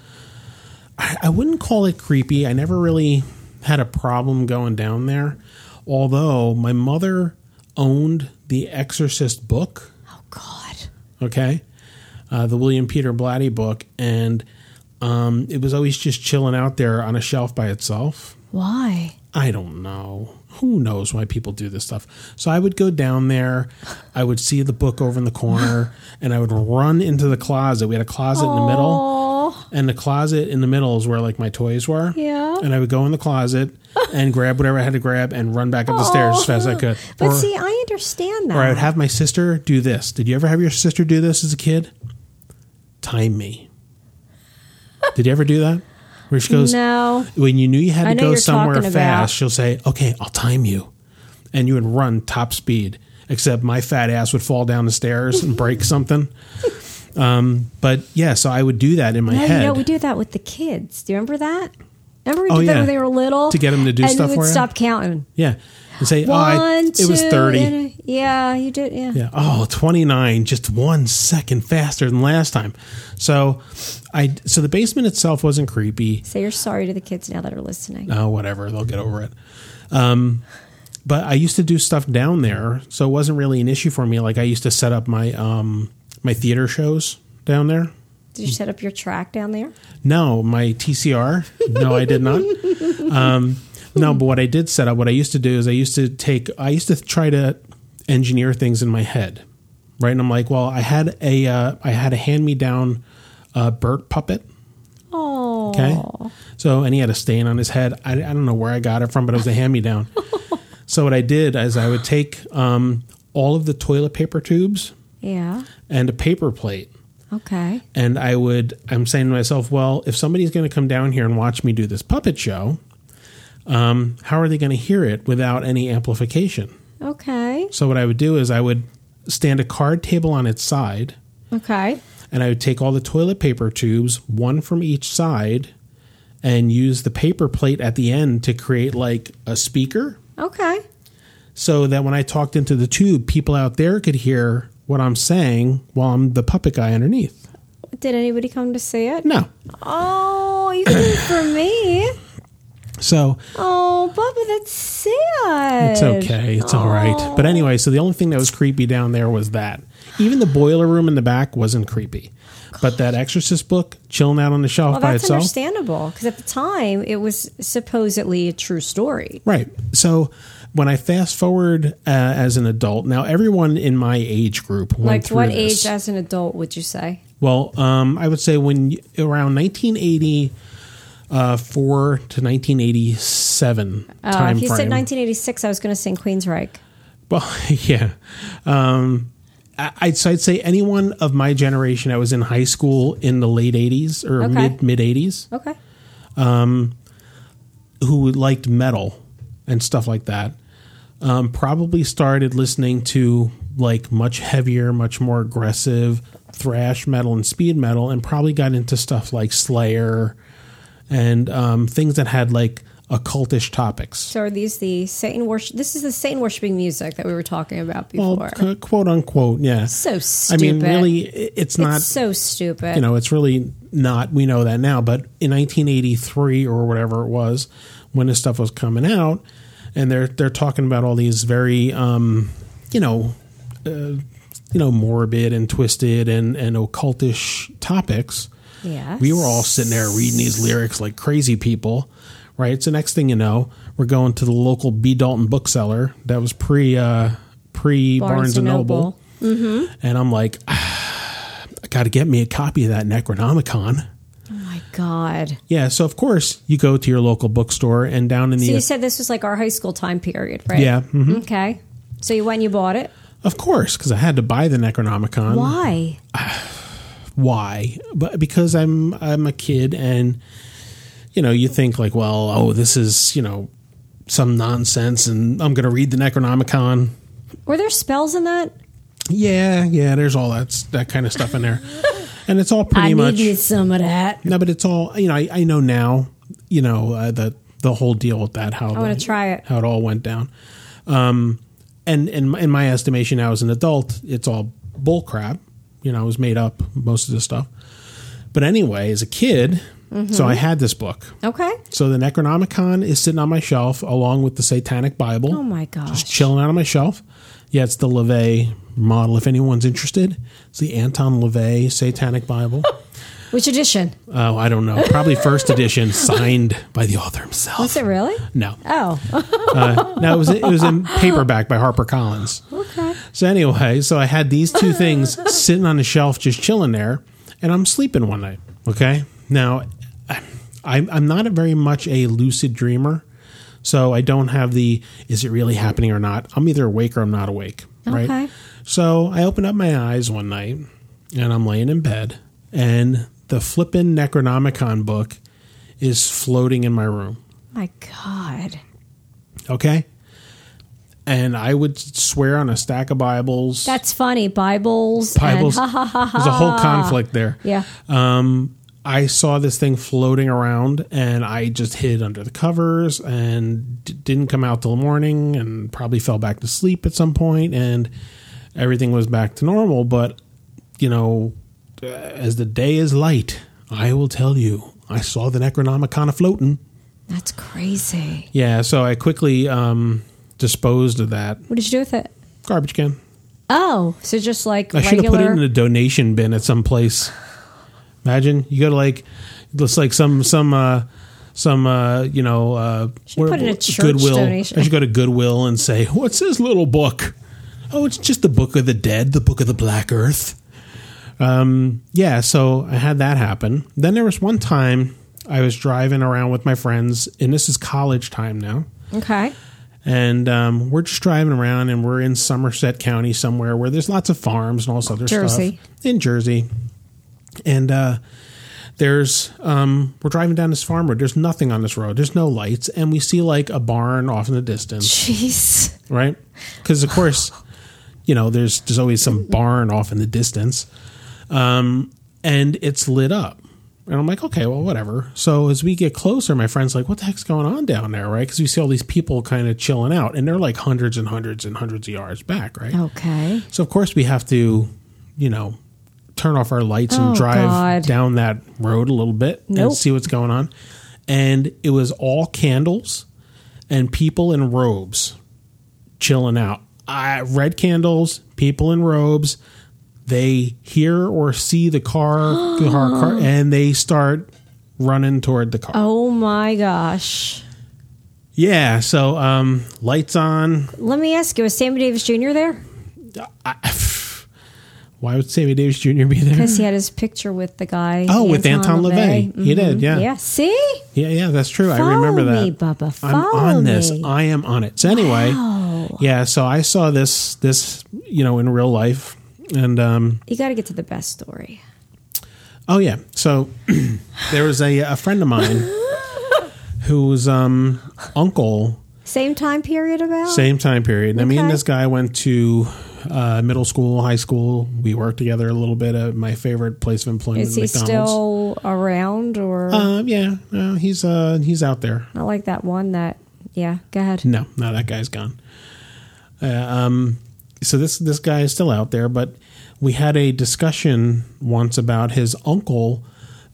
I, I wouldn't call it creepy. I never really had a problem going down there. Although my mother owned the Exorcist book
Oh God.
okay uh, the william peter blatty book and um, it was always just chilling out there on a shelf by itself
Why?
i don't know Who knows why people do this stuff? So I would go down there, I would see the book over in the corner, and I would run into the closet. We had a closet in the middle,
Aw.
and the closet in the middle is where like my toys were.
Yeah.
And I would go in the closet and grab whatever I had to grab and run back up the stairs as fast as I could.
But
Or-
see, I understand that.
or I would have my sister do this. Did you ever have your sister do this as a kid? Time me. Did you ever do that? Where she goes,
no.
when you knew you had
I
to
know
go
you're
somewhere
talking
fast,
about.
she'll say, okay, I'll time you. And you would run top speed, except my fat ass would fall down the stairs and break something. Um, but yeah, so I would do that in my
No,
head.
you know, we do that with the kids. Do you remember that? Remember we did
Oh,
that
yeah.
when they were little?
To get 'em to do
and
stuff
we
for
would
you?
stop counting.
yeah. And say,
One,
oh, I, it was
two,
30.
and a- yeah, you did. Yeah.
Yeah. Oh, 29, just one second faster than last time. So I so the basement itself wasn't creepy.
Say you're sorry to the kids now that are listening.
Oh, whatever, they'll get over it. Um but I used to do stuff down there, so it wasn't really an issue for me. Like I used to set up my um my theater shows down there.
Did you set up your track down there?
No, my TCR. No, I did not. Um, no, but what I did set up, what I used to do is I used to take, I used to try to engineer things in my head, right? And I'm like, well, I had a, uh, I had a hand me down uh, Bert puppet.
Oh.
Okay. So, and he had a stain on his head. I, I don't know where I got it from, but it was a hand me down. so, what I did is I would take um, all of the toilet paper tubes
Yeah.
and a paper plate
Okay.
and I would I'm saying to myself, well, if somebody's going to come down here and watch me do this puppet show, um, how are they going to hear it without any amplification?
Okay.
So what I would do is I would stand a card table on its side,
Okay.
and I would take all the toilet paper tubes, one from each side, and use the paper plate at the end to create like a speaker,
Okay.
so that when I talked into the tube, people out there could hear what I'm saying while I'm the puppet guy underneath.
Did anybody come to see it?
No.
Oh, you did it for me.
So
Oh, Bubba, that's sad.
It's okay. It's all right. But anyway, so the only thing that was creepy down there was that. Even the boiler room in the back wasn't creepy. But that Exorcist book, chilling out on the shelf
Well,
by
that's
itself.
understandable because at the time it was supposedly a true story.
Right. So when I fast forward uh, as an adult, now everyone in my age group went
Like,
through
what
this.
age uh, as an adult would you say?
Well, um, I would say when y- around 1984 to 1987
Oh,
time
if you
frame.
said 1986, I was going to sing Queensryche.
Well, yeah. Um, I- I'd, so I'd say anyone of my generation that was in high school in the late 80s or
Okay.
mid mid 80s
Okay.
who liked metal and stuff like that um, probably started listening to like much heavier, much more aggressive thrash metal and speed metal and probably got into stuff like Slayer and um, things that had like occultish topics.
So are these the Satan worship? This is the Satan worshiping music that we were talking about before.
Well, qu- quote unquote, yeah.
so
I
stupid.
mean, really, i- it's
it's
not.
so stupid.
you know, it's really not, we know that now, but in 1983 or whatever it was, when this stuff was coming out, and they're, they're talking about all these very, um, you know, uh, you know, morbid and twisted and, and occultish topics.
Yes.
We were all sitting there reading these lyrics like crazy people, right? So next thing you know, we're going to the local B. Dalton bookseller that was pre uh, pre Barnes, and Noble and I'm like, ah, I got to get me a copy of that Necronomicon.
Oh my God.
Yeah, so of course you go to your local bookstore and down in
So you
the
said this was like our high school time period, right?
yeah, Mm-hmm. mhm.
Okay. So you went and you bought it.
of course, because I had to buy the Necronomicon.
Why?
Why? But because I'm I'm a kid, and you know, you think like, well, oh, this is you know some nonsense, and I'm going to read the Necronomicon.
Were there spells in that?
Yeah, yeah, there's all that s- that kind of stuff in there, and it's all pretty much.
some of that.
No, but it's all you know. I, I know now. You know uh, the the whole deal with that. How I
wanna try it.
How it all went down. Um, and and in my estimation, now as an adult, it's all bull crap. You know, it was made up most of this stuff. But anyway, as a kid, so
Mm-hmm.
I had this book.
Okay.
So the Necronomicon is sitting on my shelf along with the Satanic Bible
Oh my gosh.
chilling out on my shelf. Yeah, it's the LeVay model. If anyone's interested, it's the Anton LeVay Satanic Bible.
Which edition?
Oh, I don't know. Probably first edition, signed by the author himself.
Was it really?
No,
Oh,
uh, no, it was it was in paperback by HarperCollins.
okay.
So anyway, so I had these two things sitting on the shelf, just chilling there, and I'm sleeping one night. Okay, now I- I'm I'm not a very much a lucid dreamer, so I don't have the is it really happening or not. I'm either awake or I'm not awake.
Okay.
Right. So I opened up my eyes one night, and I'm laying in bed, and the flippin' Necronomicon book is floating in my room.
My God.
Okay. And I would swear on a stack of Bibles.
That's funny. Bibles.
Bibles.
And,
There's a whole conflict there.
yeah.
Um, I saw this thing floating around, and I just hid under the covers and d- didn't come out till the morning, and probably fell back to sleep at some point, and everything was back to normal. But you know, uh, as the day is light, I will tell you, I saw the Necronomicon floating.
That's crazy.
Yeah, so I quickly um, disposed of that
What did you do with it?
garbage can.
Oh, so just like
I should have
regular.
put it in a donation bin at some place. Imagine you go to like, looks like some some uh, some uh, you know uh,
Should put in a church
Goodwill.
donation.
I should go to Goodwill and say, "What's this little book?" Oh, it's just the Book of the Dead, the Book of the Black Earth. Um, yeah, so I had that happen. Then there was one time I was driving around with my friends, and this is college time now
okay.
and um, we're just driving around and we're in Somerset County somewhere where there's lots of farms and all this other
Jersey.
stuff in Jersey. And uh, there's um, we're driving down this farm road. There's nothing on this road. There's no lights, and we see like a barn off in the distance,
Jeez.
right? Because of course, you know there's there's always some barn off in the distance, um, and it's lit up. And I'm like, okay, well, whatever. So as we get closer, my friend's like, what the heck's going on down there, right? Because we see all these people kind of chilling out, and they're like hundreds and hundreds and hundreds of yards back, right?
Okay.
So of course we have to, you know, turn off our lights
Oh,
and drive
God.
down that road a little bit
Nope.
and see what's going on. And it was all candles and people in robes chilling out. I red candles, people in robes. They hear or see the car, the car, car and they start running toward the car.
Oh my gosh.
Yeah, so um, lights on,
Let me ask you, was Sammy Davis Jr. there?
Why would Sammy Davis Jr. be there?
Because he had his picture with the guy. Mm-hmm.
Oh, with Anton LaVey. He did, yeah.
Yeah. See?
Yeah, yeah, that's true.
Follow
I remember that.
me, Bubba.
I'm
Follow
on this.
me.
I am on it. So anyway, yeah. So I saw this this you know in real life, and um,
You got to get to the best story.
oh yeah. So there was a a friend of mine whose um, uncle
Same time period about?
Same time period. And I mean,
Oh. Okay.
this guy went to uh, middle school, high school. We worked together a little bit at my favorite place of employment,
Is he
McDonald's.
still around or?
Um, yeah, no, he's uh, he's out there.
I like that one that, yeah, go ahead.
No, no, that guy's gone. Uh, um, so this this guy is still out there, but we had a discussion once about his uncle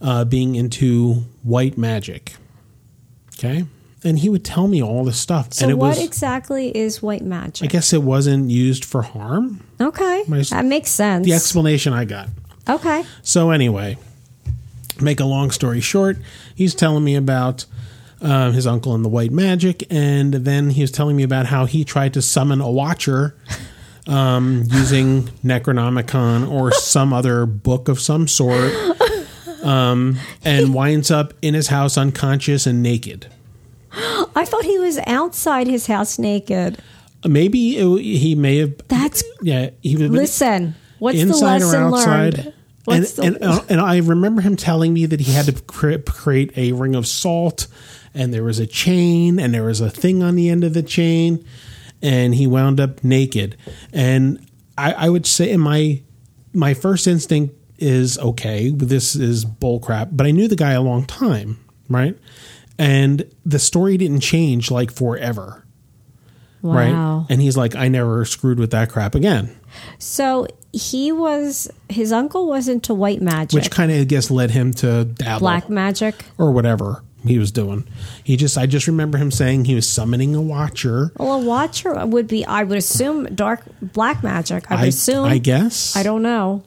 uh, being into white magic. Okay, and he would tell me all this stuff,
So,
and it
what
was
exactly is white
I
magic?
guess it wasn't used for harm.
Okay.
My-
that makes sense.
The explanation I got.
Okay.
So anyway, make a long story short, he's telling me about uh, his uncle and the white magic, and then he was telling me about how he tried to summon a watcher um, using Necronomicon or some other book of some sort, um, and winds up in his house unconscious and naked.
I thought he was outside his house naked.
Maybe it, he may have.
That's
Yeah, he was
listen. What's
inside
the lesson
or outside.
learned?
And,
What's the-
and, uh, and I remember him telling me that he had to cre- create a ring of salt, and there was a chain, and there was a thing on the end of the chain, and he wound up naked. And I, I would say, in my my first instinct is okay, this is bull crap. But I knew the guy a long time, right? And the story didn't change like forever,
wow.
right? And he's like, I never screwed with that crap again.
So he was his uncle was into white magic,
which kind of I guess led him to dabble
black magic.
or whatever he was doing. He just I just remember him saying he was summoning a watcher.
Well, a watcher would be, I would assume, dark black magic. I would
I
assume.
I guess
I don't know.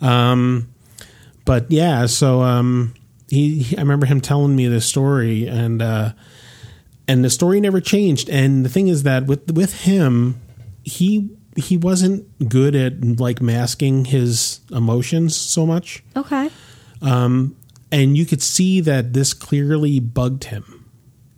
but yeah, so um, he, he- I remember him telling me this story, and uh, and the story never changed. And the thing is that with with him, he he wasn't good at like masking his emotions so much,
Okay.
and you could see that this clearly bugged him.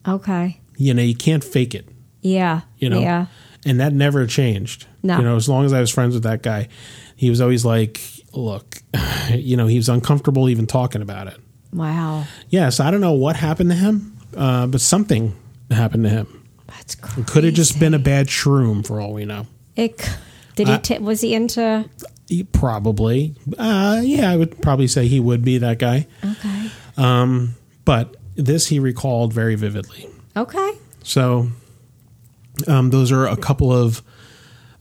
Okay.
You know, you can't fake it.
Yeah.
you know
Yeah.
and that never changed
No.
you know as long as i was friends with that guy he was always like look you know he was uncomfortable even talking about it
Wow.
yeah so i don't know what happened to him uh, but something happened to him
That's crazy.
could have just been a bad shroom for all we know
It, c- did he?
I-
ta- was he into?
He probably uh, yeah i would probably say he would be that guy
Okay.
but this he recalled very vividly
Okay.
So, um, those are a couple of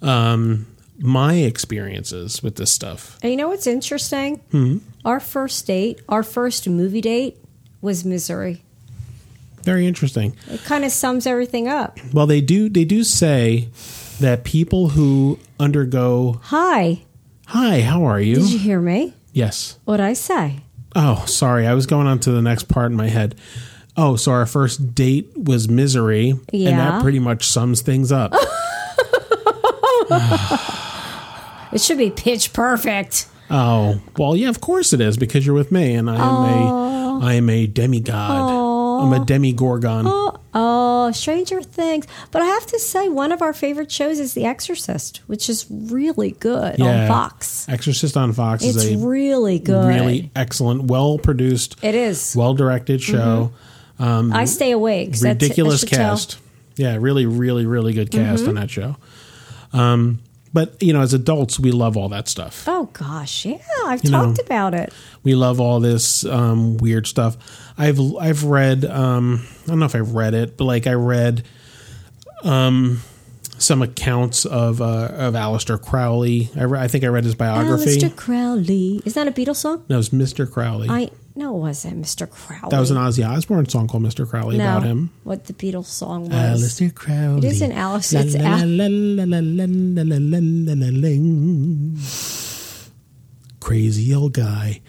um, my experiences with this stuff.
And you know what's interesting?
Hmm?
Our first date, our first movie date, was Missouri.
Very interesting.
It kind of sums everything up.
Well, they do they do say that people who undergo
Hi.
"Hi, how are you?"
Did you hear me?
yes.
What I say?
Oh, sorry, I was going on to the next part in my head. Oh, so our first date was misery, and
Yeah.
that pretty much sums things up.
It should be pitch perfect.
oh, well, yeah, of course it is because you're with me, and I am a I am a demigod. I'm a demigorgon.
Oh, oh, Stranger Things. But I have to say, one of our favorite shows is The Exorcist, which is really good on Fox.
Exorcist on Fox
It's
is a
really good.
really excellent, well produced,
It is.
well directed
Mm-hmm.
show.
I stay awake. so that's- I
Mm-hmm. Ridiculous
should tell. Mm-hmm.
cast. Yeah, really, really, really good cast on that show. Um, but you know, as adults, we love all that stuff.
Oh gosh, yeah, I've
You know.
talked about it.
We love all this um, weird stuff. I've I've read. Um, I don't know if I read it, but like I read. Um, some accounts of uh, of Aleister Crowley. I, re- I think I read his biography.
Aleister Oh, Crowley. Is that a Beatles song?
No, it was Mr. Crowley.
I no, it wasn't Mr. Crowley.
That was an Ozzy Osbourne song called Mr. Crowley
no,
about him.
What the Beatles song was?
Alistair Crowley.
It isn't Alice,
La,
it's
la,
Al-
la, la, la, la, la, la, la, la, la, ling. Crazy old guy.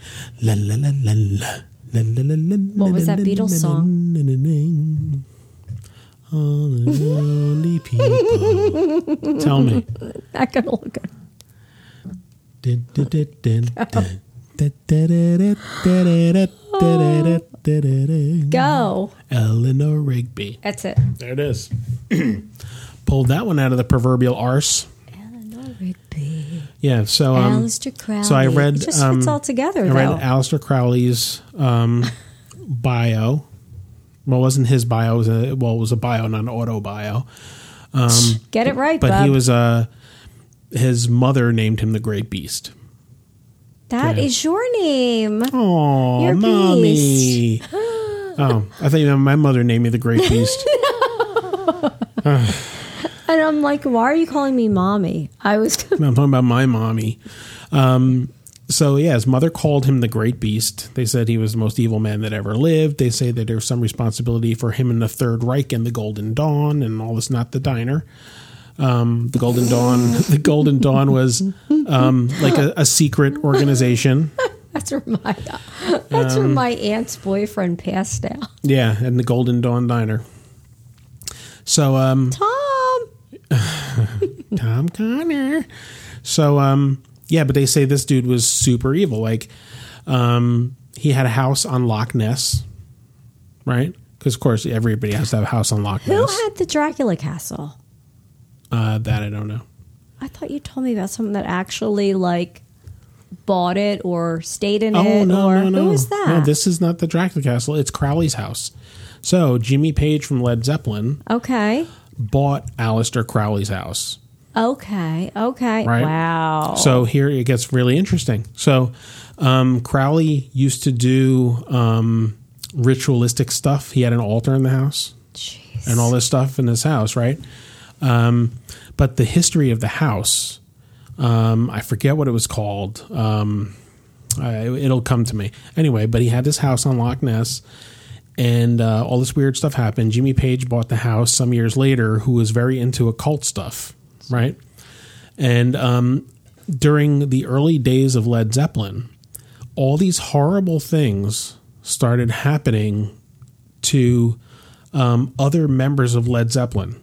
La, la, la, la, la. La, la, la, la,
What was
la,
that
la,
Beatles
la,
song?
la, la, la, ling. All the lonely people. Tell me.
I gotta look. At
Dun, dun, dun, dun, dun. Da, da, da, da, da, da, da, da, da, da, da, da.
Go.
Eleanor Rigby.
That's it.
There it is. Pulled that one out of the proverbial arse.
Eleanor Rigby.
Yeah. So, um,
Aleister Crowley.
so I read.
It just
um,
fits all together,
I read
though.
Aleister Crowley's um, bio. Well, it wasn't his bio. It was a, well, it was a bio, not an auto bio.
Get it right,
Um, But
bub.
he was Uh, his mother named him the Great Beast.
That
Yeah.
is your name.
Oh,
You're
mommy. oh, I thought you meant my mother named me the Great Beast.
And I'm like, why are you calling me mommy? I was.
No, I'm talking about my mommy. Um, so yeah, his mother called him the Great Beast. They said he was the most evil man that ever lived. They say that there's some responsibility for him in the Third Reich and the Golden Dawn and all this. Not the diner. Um, the Golden Dawn. The Golden Dawn was um, like a, a secret organization.
that's where my. That's
Um,
where my aunt's boyfriend passed out.
Yeah, and the Golden Dawn Diner. So um,
Tom.
Tom Connor. So um yeah, but they say this dude was super evil. Like um he had a house on Loch Ness, right? Because of course everybody has to have a house on Loch
Who
Ness.
had the Dracula castle?
uh, that I don't know.
I thought you told me about someone that actually like bought it or stayed in
Oh
it.
no,
or
no, no!
who was that?
No, this is not the Dracula Castle. It's Crowley's house. So Jimmy Page from Led Zeppelin
okay.
bought Aleister Crowley's house.
Okay. Okay.
Right.
Wow.
So here it gets really interesting. So um, Crowley used to do um, ritualistic stuff. He had an altar in the house
Jeez.
and all this stuff in his house, right? Um, but the history of the house, um, I forget what it was called. Um, I, it'll come to me anyway. But he had this house on Loch Ness. And uh, all this weird stuff happened. Jimmy Page bought the house some years later, who was very into occult stuff, right? And um, during the early days of Led Zeppelin, all these horrible things started happening to um, other members of Led Zeppelin.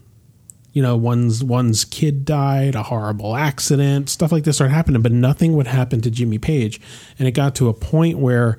You know, one's one's kid died, a horrible accident, stuff like this started happening, but nothing would happen to Jimmy Page. And it got to a point where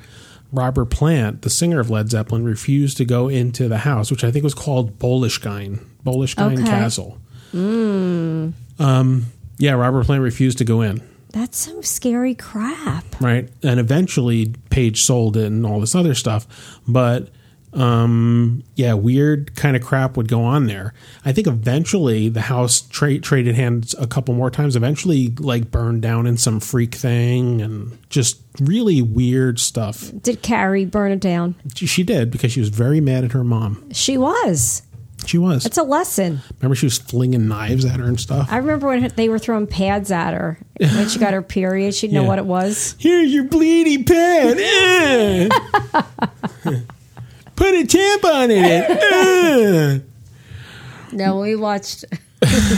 Robert Plant, the singer of Led Zeppelin, refused to go into the house, which I think was called Bolishgein, Bolishgein
Okay.
Castle. Um, yeah, Robert Plant refused to go in
That's some scary crap.
right? And eventually Page sold it and all this other stuff. But um, yeah, weird kind of crap would go on there. I think eventually the house tra- traded hands a couple more times. Eventually, like burned down in some freak thing and just really weird stuff.
Did Carrie burn it down?
She did because she was very mad at her mom.
She was.
She was.
It's a lesson.
Remember, she was flinging knives at her and stuff.
I remember when they were throwing pads at her when she got her period. She'd know
Yeah.
what it was.
Here's your bleedy pad. Eh. Put a tampon in it. Eh.
No, we watched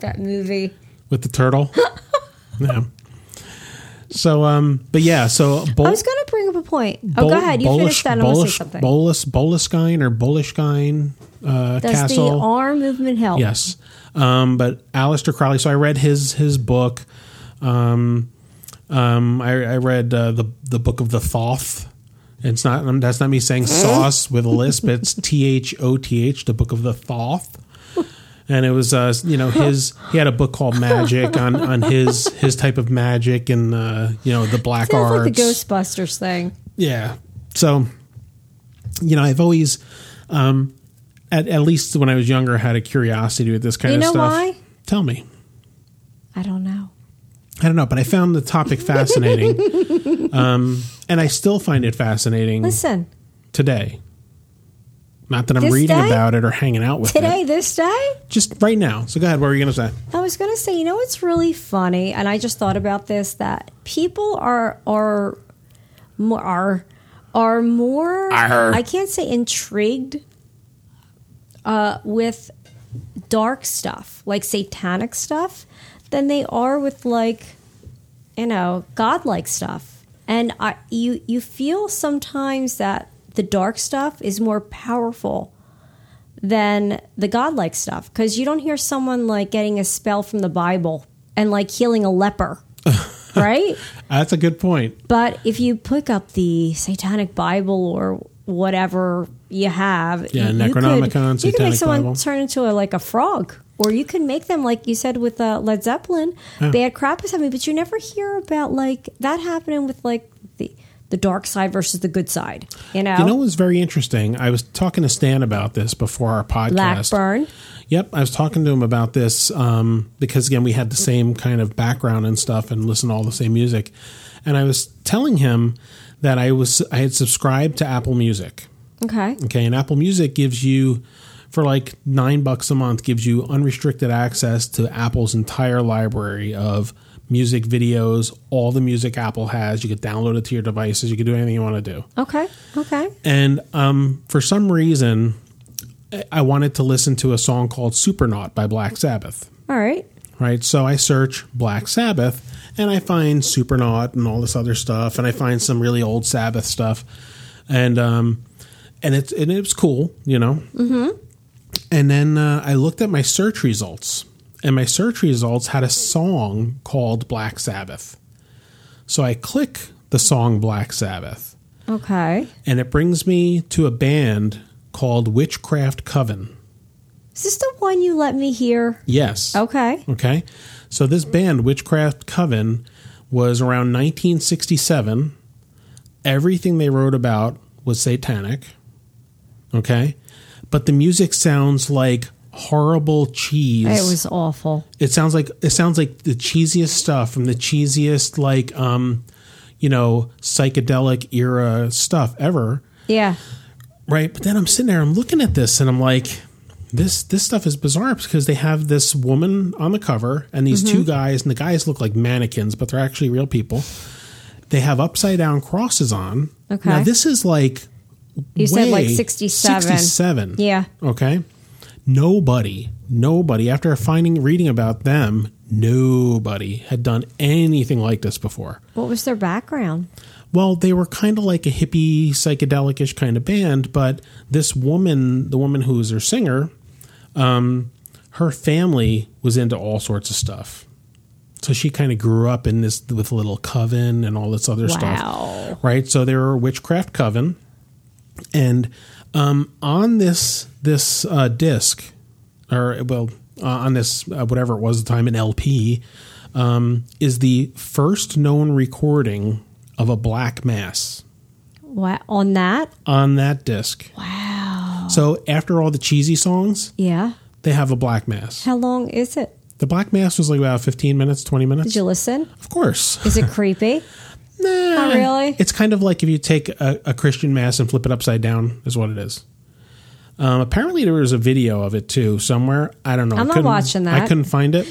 that movie.
with the turtle. yeah. So, um, but yeah, so bol-
I was going to bring up a point. Oh, go ahead. You finish that. I'm going to
Bolish,
say something.
Bolus, Boleskine or Bolishkine uh,
Does
Castle.
the arm movement help?
Yes. Um, but Aleister Crowley. So I read his his book. Um, um, I, I read uh, the the book of the Thoth. It's not um, that's not me
Hmm?
saying sauce with a lisp. It's T H O T H, the book of the Thoth. And it was uh, you know his he had a book called Magic on on his his type of magic and uh, you know the black
Sounds
arts.
like the Ghostbusters thing.
Yeah. So, you know, I've always, um, at, at least when I was younger, had a curiosity with this kind
You
of
know
stuff.
why?
Tell me.
I don't know.
I don't know, but I found the topic fascinating. um, and I still find it fascinating
Listen,
today. Not that I'm
This
reading
day?
about it or hanging out with
today,
it.
this day,
Just right now. So go ahead. What were you going to say?
I was going to say, you know what's really funny, and I just thought about this that people are are more are are more
Arr.
I can't say intrigued uh, with dark stuff, like satanic stuff, than they are with like you know godlike stuff. And I, you you feel sometimes that the dark stuff is more powerful than the godlike stuff because you don't hear someone like getting a spell from the Bible and like healing a leper, right?
Uh, That's a good point.
But if you pick up the Satanic Bible or whatever you have,
Yeah,
you- you
Necronomicon,
could, you can
Satanic
make someone
Bible.
turn into a, like a frog. Or you can make them, like you said with uh, Led Zeppelin, bad crap is happening, but you never hear about like that happening with like the the dark side versus the good side. You know,
You know what was very interesting? I was talking to Stan about this before our podcast.
Blackburn.
Yep, I was talking to him about this um, because again we had the same kind of background and stuff, and listened to all the same music. And I was telling him that I was I had subscribed to Apple Music.
Okay,
Okay, and Apple Music gives you for like nine bucks a month gives you unrestricted access to Apple's entire library of music videos, all the music Apple has. You could download it to your devices. You could do anything you want to do
okay, okay.
and um, for some reason, I- I wanted to listen to a song called Supernaut by Black Sabbath.
All right.
Right, so I search Black Sabbath, and I find Supernaut and all this other stuff, and I find some really old Sabbath stuff, and um, and it's and it's cool, you know. Mm-hmm. And then uh, I looked at my search results, and my search results had a song called Black Sabbath. So I click the song Black Sabbath,
Okay.
and it brings me to a band called Witchcraft Coven.
Is this the one you let me hear?
Yes.
Okay.
Okay. So this band, Witchcraft Coven, was around 1967. Everything they wrote about was satanic. Okay. But the music sounds like horrible cheese.
It was awful.
It sounds like it sounds like the cheesiest stuff from the cheesiest like um you know psychedelic era stuff ever.
Yeah.
right but then i'm sitting there i'm looking at this and i'm like this this stuff is bizarre because they have this woman on the cover and these
Mm-hmm.
two guys and the guys look like mannequins but they're actually real people they have upside down crosses on
Okay.
now this is like
You said like
way-
67.
67
Yeah.
okay nobody nobody after finding reading about them Nobody had done anything like this before.
What was their background?
Well, they were kind of like a hippie, psychedelicish kind of band, but this woman, the woman who was their singer, um, her family was into all sorts of stuff. So she kind of grew up in this with Little Coven and all this other
Wow.
stuff, right? So they were a witchcraft coven, and um, on this this uh, disc, or well, uh, on this uh, whatever it was at the time, an LP, um, is the first known recording of a black mass
Wow. On that?
on that disc.
Wow.
So after all the cheesy songs,
Yeah.
they have a black mass.
How long is it?
The black mass was like about fifteen minutes, twenty minutes.
Did you listen?
Of course.
Is it creepy?
Nah,
Not Oh, really.
It's kind of like if you take a, a Christian mass and flip it upside down, is what it is. Um, apparently, there was a video of it too somewhere. I don't know.
I'm
I
not
couldn't-
watching that.
I couldn't find it.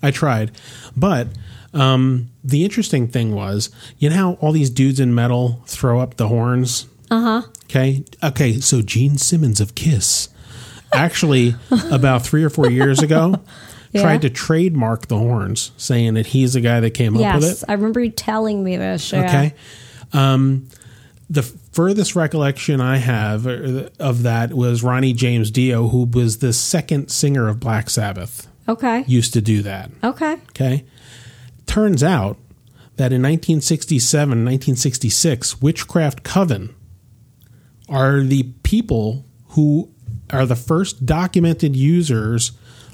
I tried, but um, the interesting thing was, you know, how all these dudes in metal throw up the horns.
Uh-huh.
Uh huh. Okay. Okay. So Gene Simmons of Kiss, actually, about three or four years ago.
Yeah.
Tried to trademark the horns, saying that he's the guy that came up with it.
yes. I remember you telling me this. Yeah.
Okay. Um, the furthest recollection I have uh, of that was Ronnie James Dio, who was the second singer of Black Sabbath,
Okay.
used to do that.
okay.
Okay. Turns out that in 1967, 1966, Witchcraft Coven are the people who are the first documented users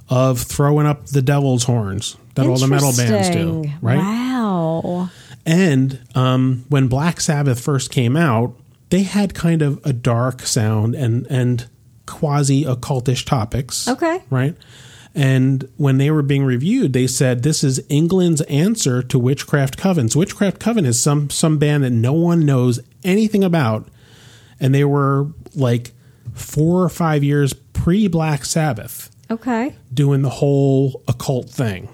of throwing up the devil's horns that all the metal bands do.
Interesting.
Right.
Wow.
And um, when Black Sabbath first came out, they had kind of a dark sound and and quasi occultish topics.
Okay.
Right. And when they were being reviewed, they said this is England's answer to Witchcraft Coven. So Witchcraft Coven is some some band that no one knows anything about, and they were like four or five years pre Black Sabbath
Okay.
doing the whole occult thing.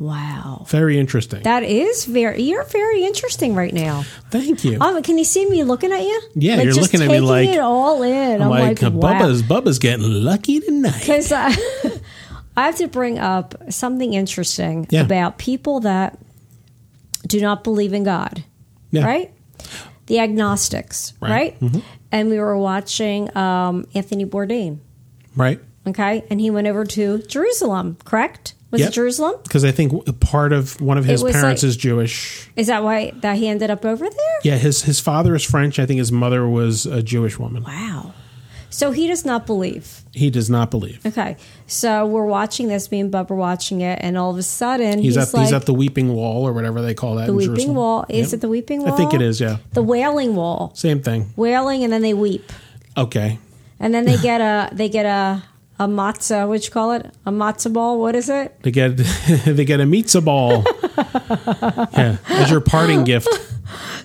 Wow.
Very interesting.
That is very. You're very interesting right now.
Thank you.
Um, can you see me looking at you?
Yeah,
Like,
you're
just
looking at me
taking
like-
it all in. I'm, like,
uh,
wow.
Bubba's Bubba's getting lucky tonight.
Because I, I have to bring up something interesting
Yeah.
about people that do not believe in God,
Yeah.
right? The agnostics,
Right. Mm-hmm.
right? And we were watching um, Anthony Bourdain,
Right?
okay? And he went over to Jerusalem, correct? Was
Yep.
it Jerusalem?
Because I think w- part of one of his
It was
parents
like-
is Jewish.
Is that why that he ended up over there?
Yeah, his his father is French. I think his mother was a Jewish woman.
Wow. So he does not believe.
He does not believe.
Okay. So we're watching this, me and Bub are watching it, and all of a sudden
He's, at
he's, like
he's at the Weeping Wall or whatever they call that.
the
in
weeping
Jerusalem.
wall. Is
Yep.
it the weeping wall?
I think it is. Yeah,
The wailing wall.
same thing.
Wailing and then they weep.
Okay,
And then they get a they get a a matzah, what you call it? A matzah ball, what is it?
they get they get a mitzvah ball. yeah, as your parting gift.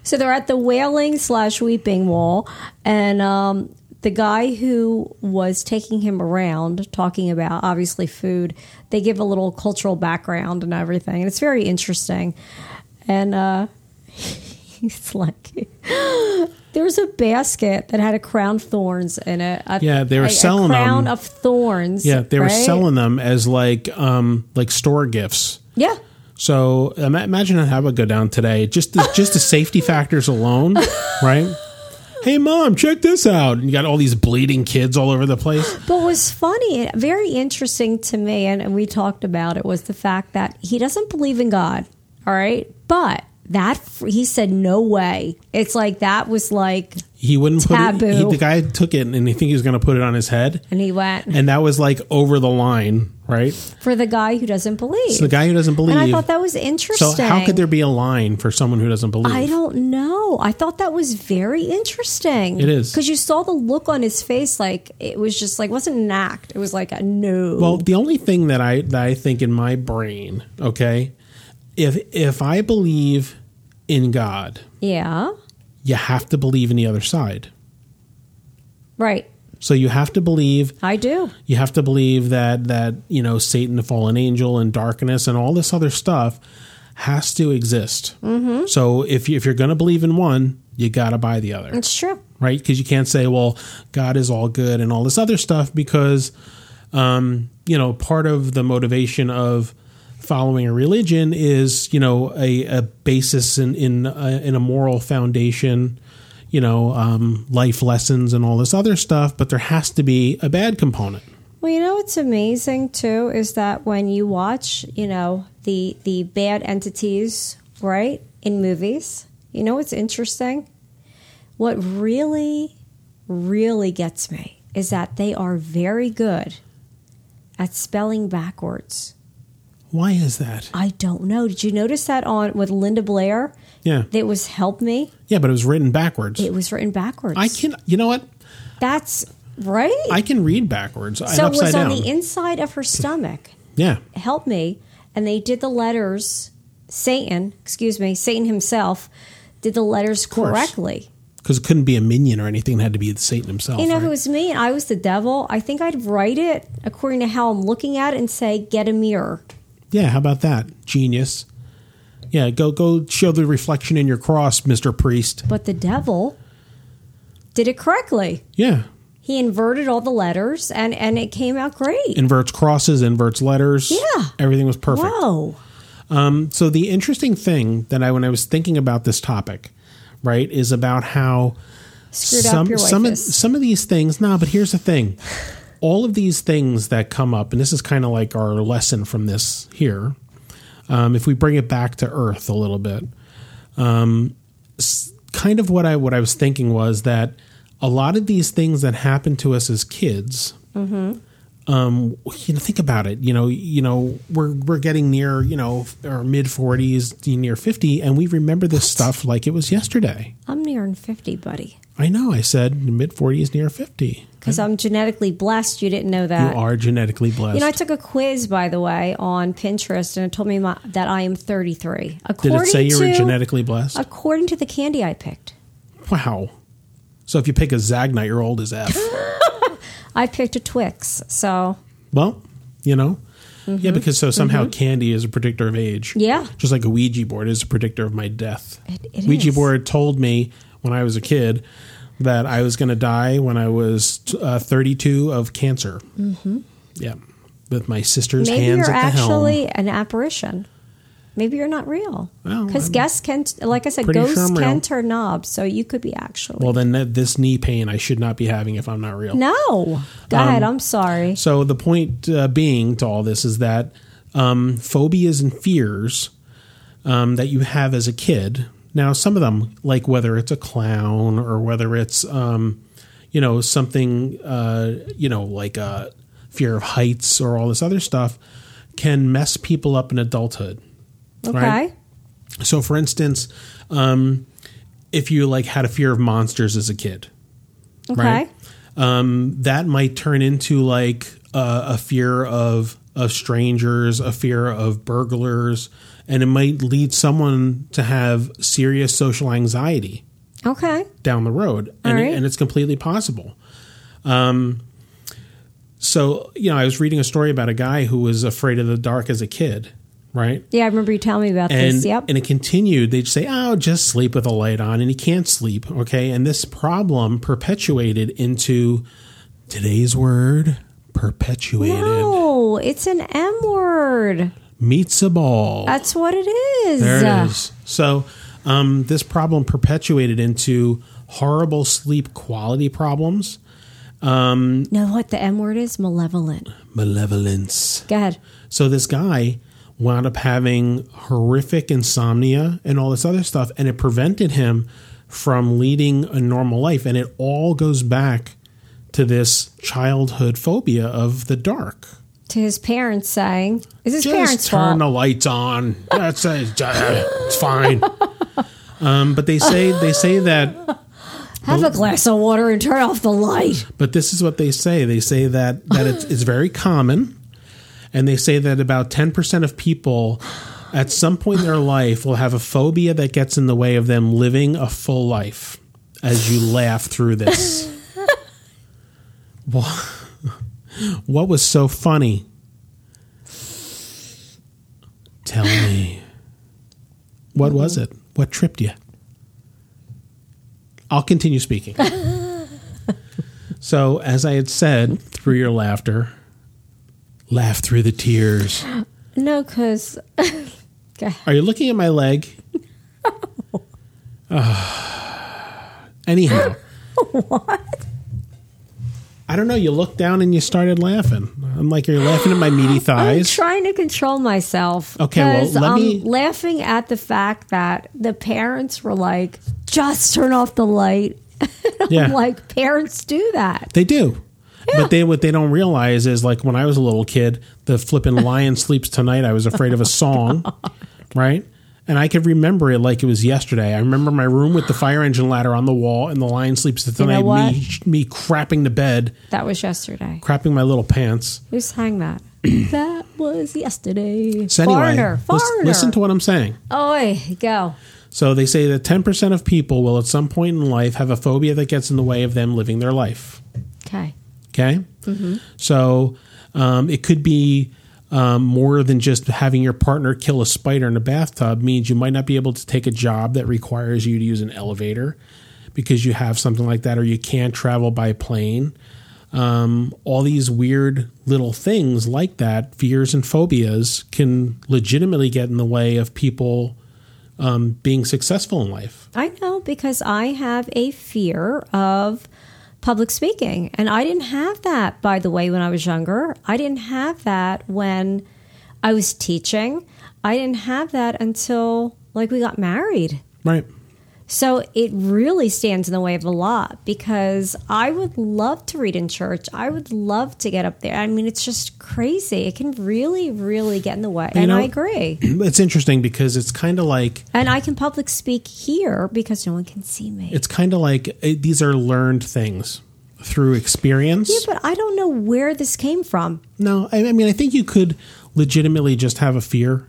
So they're at the wailing slash weeping wall, and um, the guy who was taking him around, talking about obviously food, they give a little cultural background and everything, and it's very interesting. And uh, he's like, there was a basket that had a crown of thorns in it. A,
Yeah, they were
a-
selling
a crown
them.
of thorns.
Yeah, they were
right?
selling them as like um like store gifts.
Yeah.
So ima- imagine how it would go down today. Just the, just the safety factors alone, right? Hey, mom, check this out. And you got all these bleeding kids all over the place.
But what was funny, very interesting to me, and, and we talked about it, was the fact that he doesn't believe in God. All right. But that, he said, no way. It's like that was like,
He wouldn't put it. He,
Taboo.
the guy took it and he think he was going to put it on his head,
and he went
and that was like over the line, right?
for the guy who doesn't believe.
It's the guy who doesn't believe.
and I thought that was interesting.
so how could there be a line for someone who doesn't believe?
I don't know. I thought that was very interesting.
It is.
Because you saw the look on his face, like it was just like, wasn't an act. It was like a no.
Well, the only thing that I that I think in my brain, okay, if if I believe in God,
yeah.
you have to believe in the other side.
Right.
So you have to believe
I do.
you have to believe that that you know Satan, the fallen angel, and darkness, and all this other stuff has to exist. Mm-hmm. So if you, if you're going to believe in one, you got to buy the other,
It's true.
right? Because you can't say, well, God is all good and all this other stuff, because um, you know part of the motivation of following a religion is you know a, a basis in in a, in a moral foundation you know um, life lessons and all this other stuff but there has to be a bad component
Well, you know what's amazing too is that when you watch, you know, the the bad entities, right, in movies, you know what's interesting? What really, really gets me is that they are very good at spelling backwards.
why is that
I don't know. Did you notice that on with Linda Blair?
yeah
That was help me.
yeah but it was written backwards
It was written backwards.
i can you know what
That's right.
i can read backwards and
so it
upside
was on
down
the inside of her stomach.
yeah
help me. And they did the letters, Satan, excuse me, Satan himself did the letters
course.
correctly.
because it couldn't be a minion or anything it had to be satan himself
You know, if
right?
it was me and I was the devil, I think I'd write it according to how I'm looking at it and say, get a mirror.
Yeah, how about that? Genius. Yeah, go go show the reflection in your cross, Mr. Priest.
But the devil did it correctly.
Yeah.
He inverted all the letters and, and it came out great.
Inverts crosses, inverts letters.
Yeah.
Everything was perfect. Um,
Whoa.
So the interesting thing that I when I was thinking about this topic, right, is about how
Screwed
some
up your wife.
some of,
is.
some of these things. Nah, but here's the thing: all of these things that come up, and this is kind of like our lesson from this here. Um, if we bring it back to Earth a little bit, um, s- kind of what I what I was thinking was that a lot of these things that happen to us as kids.
Mm-hmm.
Um, you know, think about it. You know, you know, we're we're getting near you know our mid forties, near fifty, and we remember this stuff like it was yesterday.
I'm nearing 50, buddy.
I know. I said mid 40s, near 50.
Because I'm genetically blessed. You didn't know
You
that.
are genetically blessed.
You know, I took a quiz, by the way, on Pinterest, and it told me my, that I am 33.
Did
According
it say you
to,
were genetically
Uh,
blessed?
According to the candy I picked.
wow. So if you pick a Zagnite, you're old as F.
I picked a Twix, so
well, you know? Yeah, because so somehow candy is a predictor of age.
Mm-hmm. Yeah.
Just like a Ouija board is a predictor of my death.
It- it
Ouija
is.
board told me when I was a kid that I was going to die when I was uh, 32 of cancer. Mm-hmm. Yeah. With my sister's
maybe
hands
you're
at the
actually
helm.
an apparition. Maybe you're not real.
Well,
Because
I'm
guests can, like I said,
pretty sure
ghosts
I'm real.
can turn knobs, so you could be actually.
Well, then th- this knee pain I should not be having if I'm not real.
no.
um,
God, I'm sorry.
So the point uh, being to all this is that um, phobias and fears um, that you have as a kid. Now, some of them, like whether it's a clown or whether it's, um, you know, something, uh, you know, like a fear of heights or all this other stuff, can mess people up in adulthood.
Okay.
right? So, for instance, um, if you like had a fear of monsters as a kid,
Okay.
Right. um, that might turn into like uh, a fear of of strangers, a fear of burglars, and it might lead someone to have serious social anxiety
Okay.
down the road, and,
All right.
and it's completely possible. Um, so you know, I was reading a story about a guy who was afraid of the dark as a kid, right?
Yeah, I remember you telling me about
and
this. Yep.
and it continued. They'd say, "Oh, just sleep with a light on," and he can't sleep. Okay, and this problem perpetuated into today's word perpetuated
no, it's an M word.
meets a ball.
That's what it is.
there it is. So um, this problem perpetuated into horrible sleep quality problems,
Know what the M word is? Malevolent.
malevolence.
Go ahead.
So this guy wound up having horrific insomnia and all this other stuff, and it prevented him from leading a normal life. And it all goes back to this childhood phobia of the dark.
To his parents saying, "Is his parents'
Just turn
fault?"
the lights on. That's a, it's fine. Um, but they say they say that
Have a glass of water and turn off the light.
But this is what they say. They say that that it's, it's very common, and they say that about ten percent of people at some point in their life will have a phobia that gets in the way of them living a full life. As you laugh through this, what, what was so funny? Tell me, what was it? What tripped you? I'll continue speaking. So, as I had said, through your laughter, laugh through the tears,
No, because
Are you looking at my leg? Ah. anyhow. what? I don't know. You looked down and you started laughing. I'm like, you're laughing at my meaty
I'm
thighs.
trying to control myself.
Okay, well,
'cause
let
I'm
me-
laughing at the fact that the parents were like, "Just turn off the light."
yeah.
Like parents do that.
They do. But they what they don't realize is like when I was a little kid, the flippin' lion sleeps tonight. I was afraid of a song,
Oh,
right? And I could remember it like it was yesterday. I remember my room with the fire engine ladder on the wall and the lion sleeps tonight.
what?
me me crapping to bed,
That was yesterday.
crapping my little pants.
Who sang that? that was yesterday.
So anyway,
foreigner,
lis-
foreigner.
listen to what I'm saying.
Oi, go.
So they say that 10% of people will at some point in life have a phobia that gets in the way of them living their life.
Okay.
Okay. So um, it could be um, more than just having your partner kill a spider in a bathtub, means you might not be able to take a job that requires you to use an elevator because you have something like that, or you can't travel by plane. Um, all these weird little things like that, fears and phobias, can legitimately get in the way of people um, being successful in life.
I know because I have a fear of public speaking. And I didn't have that, by the way, when I was younger. I didn't have that when I was teaching. I didn't have that until like we got married.
Right.
So it really stands in the way of a lot because I would love to read in church. I would love to get up there. I mean, it's just crazy. It can really, really get in the way. and
know-
I agree.
It's interesting because it's kind of like
And I can public speak here because no one can see me.
it's kind of like it, these are learned things through experience.
Yeah, but I don't know where this came from.
No, I, I mean I think you could legitimately just have a fear.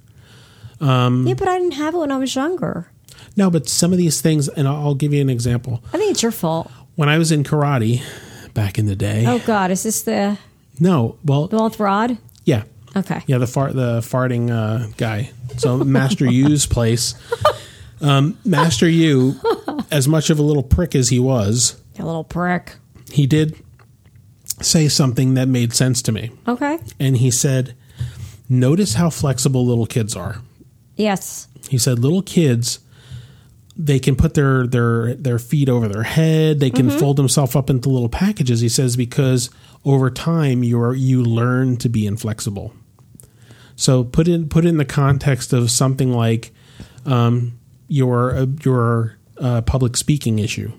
Mm.
Yeah, but I didn't have it when I was younger.
No, but some of these things, and I'll, I'll give you an example.
I think it's your fault.
When I was in karate back in the day,
Oh God, is this the
no, well,
the one with Rod?
yeah,
Okay.
yeah, the fart, the farting uh, guy. So Master Yu's place. Um, Master Yu, as much of a little prick as he was,
You little prick.
he did say something that made sense to me.
Okay.
and he said, Notice how flexible little kids are.
Yes.
He said, Little kids, they can put their their their feet over their head, they can fold themselves up into little packages. He says, because over time you're you learn to be inflexible. So put in put it in the context of something like um, your uh, your uh, public speaking issue.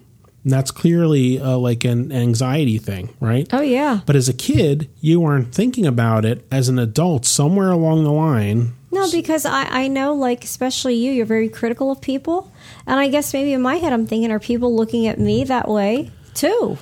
And that's clearly uh, like an anxiety thing, right?
Oh yeah.
But as a kid, you weren't thinking about it. As an adult, somewhere along the line,
No, because I, I know, like, especially you, you're very critical of people. And I guess maybe in my head, I'm thinking, are people looking at me that way too?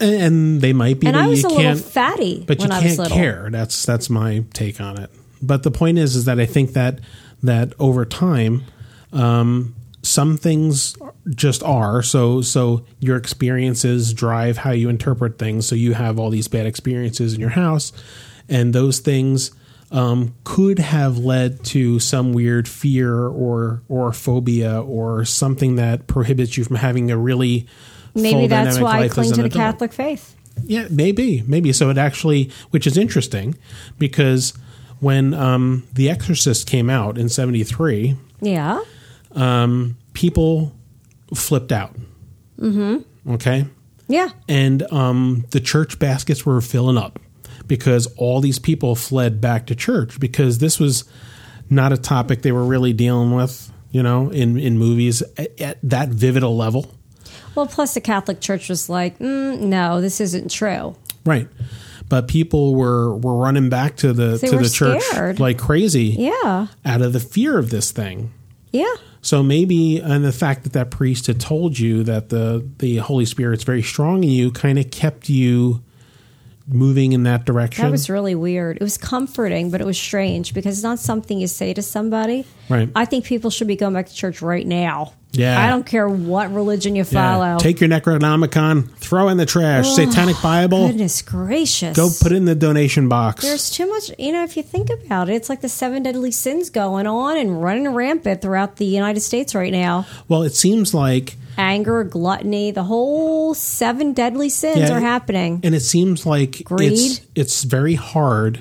and, and they might be.
And
but
I was
you
a little
can't,
fatty
but
when
you
I was
can't
little.
care. That's that's my take on it. But the point is, is that I think that that over time, um, some things just are. So so your experiences drive how you interpret things. So you have all these bad experiences in your house, and those things. Um, could have led to some weird fear or or phobia or something that prohibits you from having a really
Maybe
full
that's
dynamic
why I
life as
cling to
an
the
adult.
Catholic faith.
Yeah, maybe, maybe. So it actually, which is interesting, because when um, The Exorcist came out in '73,
Yeah.
um, people flipped out. Mm-hmm. Okay,
Yeah.
and um, the church baskets were filling up because all these people fled back to church because this was not a topic they were really dealing with, you know, in in movies at, at that vivid a level.
Well, plus the Catholic Church was like, mm, no, this isn't true.
Right. But people were were running back to the
They
to
were
the church
scared.
like crazy
Yeah.
out of the fear of this thing.
Yeah.
So maybe and the fact that that priest had told you that the the Holy Spirit's very strong in you kind of kept you moving in that direction.
That was really weird. It was comforting, but it was strange because it's not something you say to somebody.
Right.
I think people should be going back to church right now.
Yeah.
I don't care what religion you
Yeah.
follow.
Take your Necronomicon, throw in the trash, Satanic Bible,
Goodness gracious.
go put it in the donation box.
There's too much, you know, if you think about it, it's like the seven deadly sins going on and running rampant throughout the United States right now.
well, it seems like
Anger, gluttony, the whole seven deadly sins
Yeah.
are happening.
and it seems like
Greed.
it's it's very hard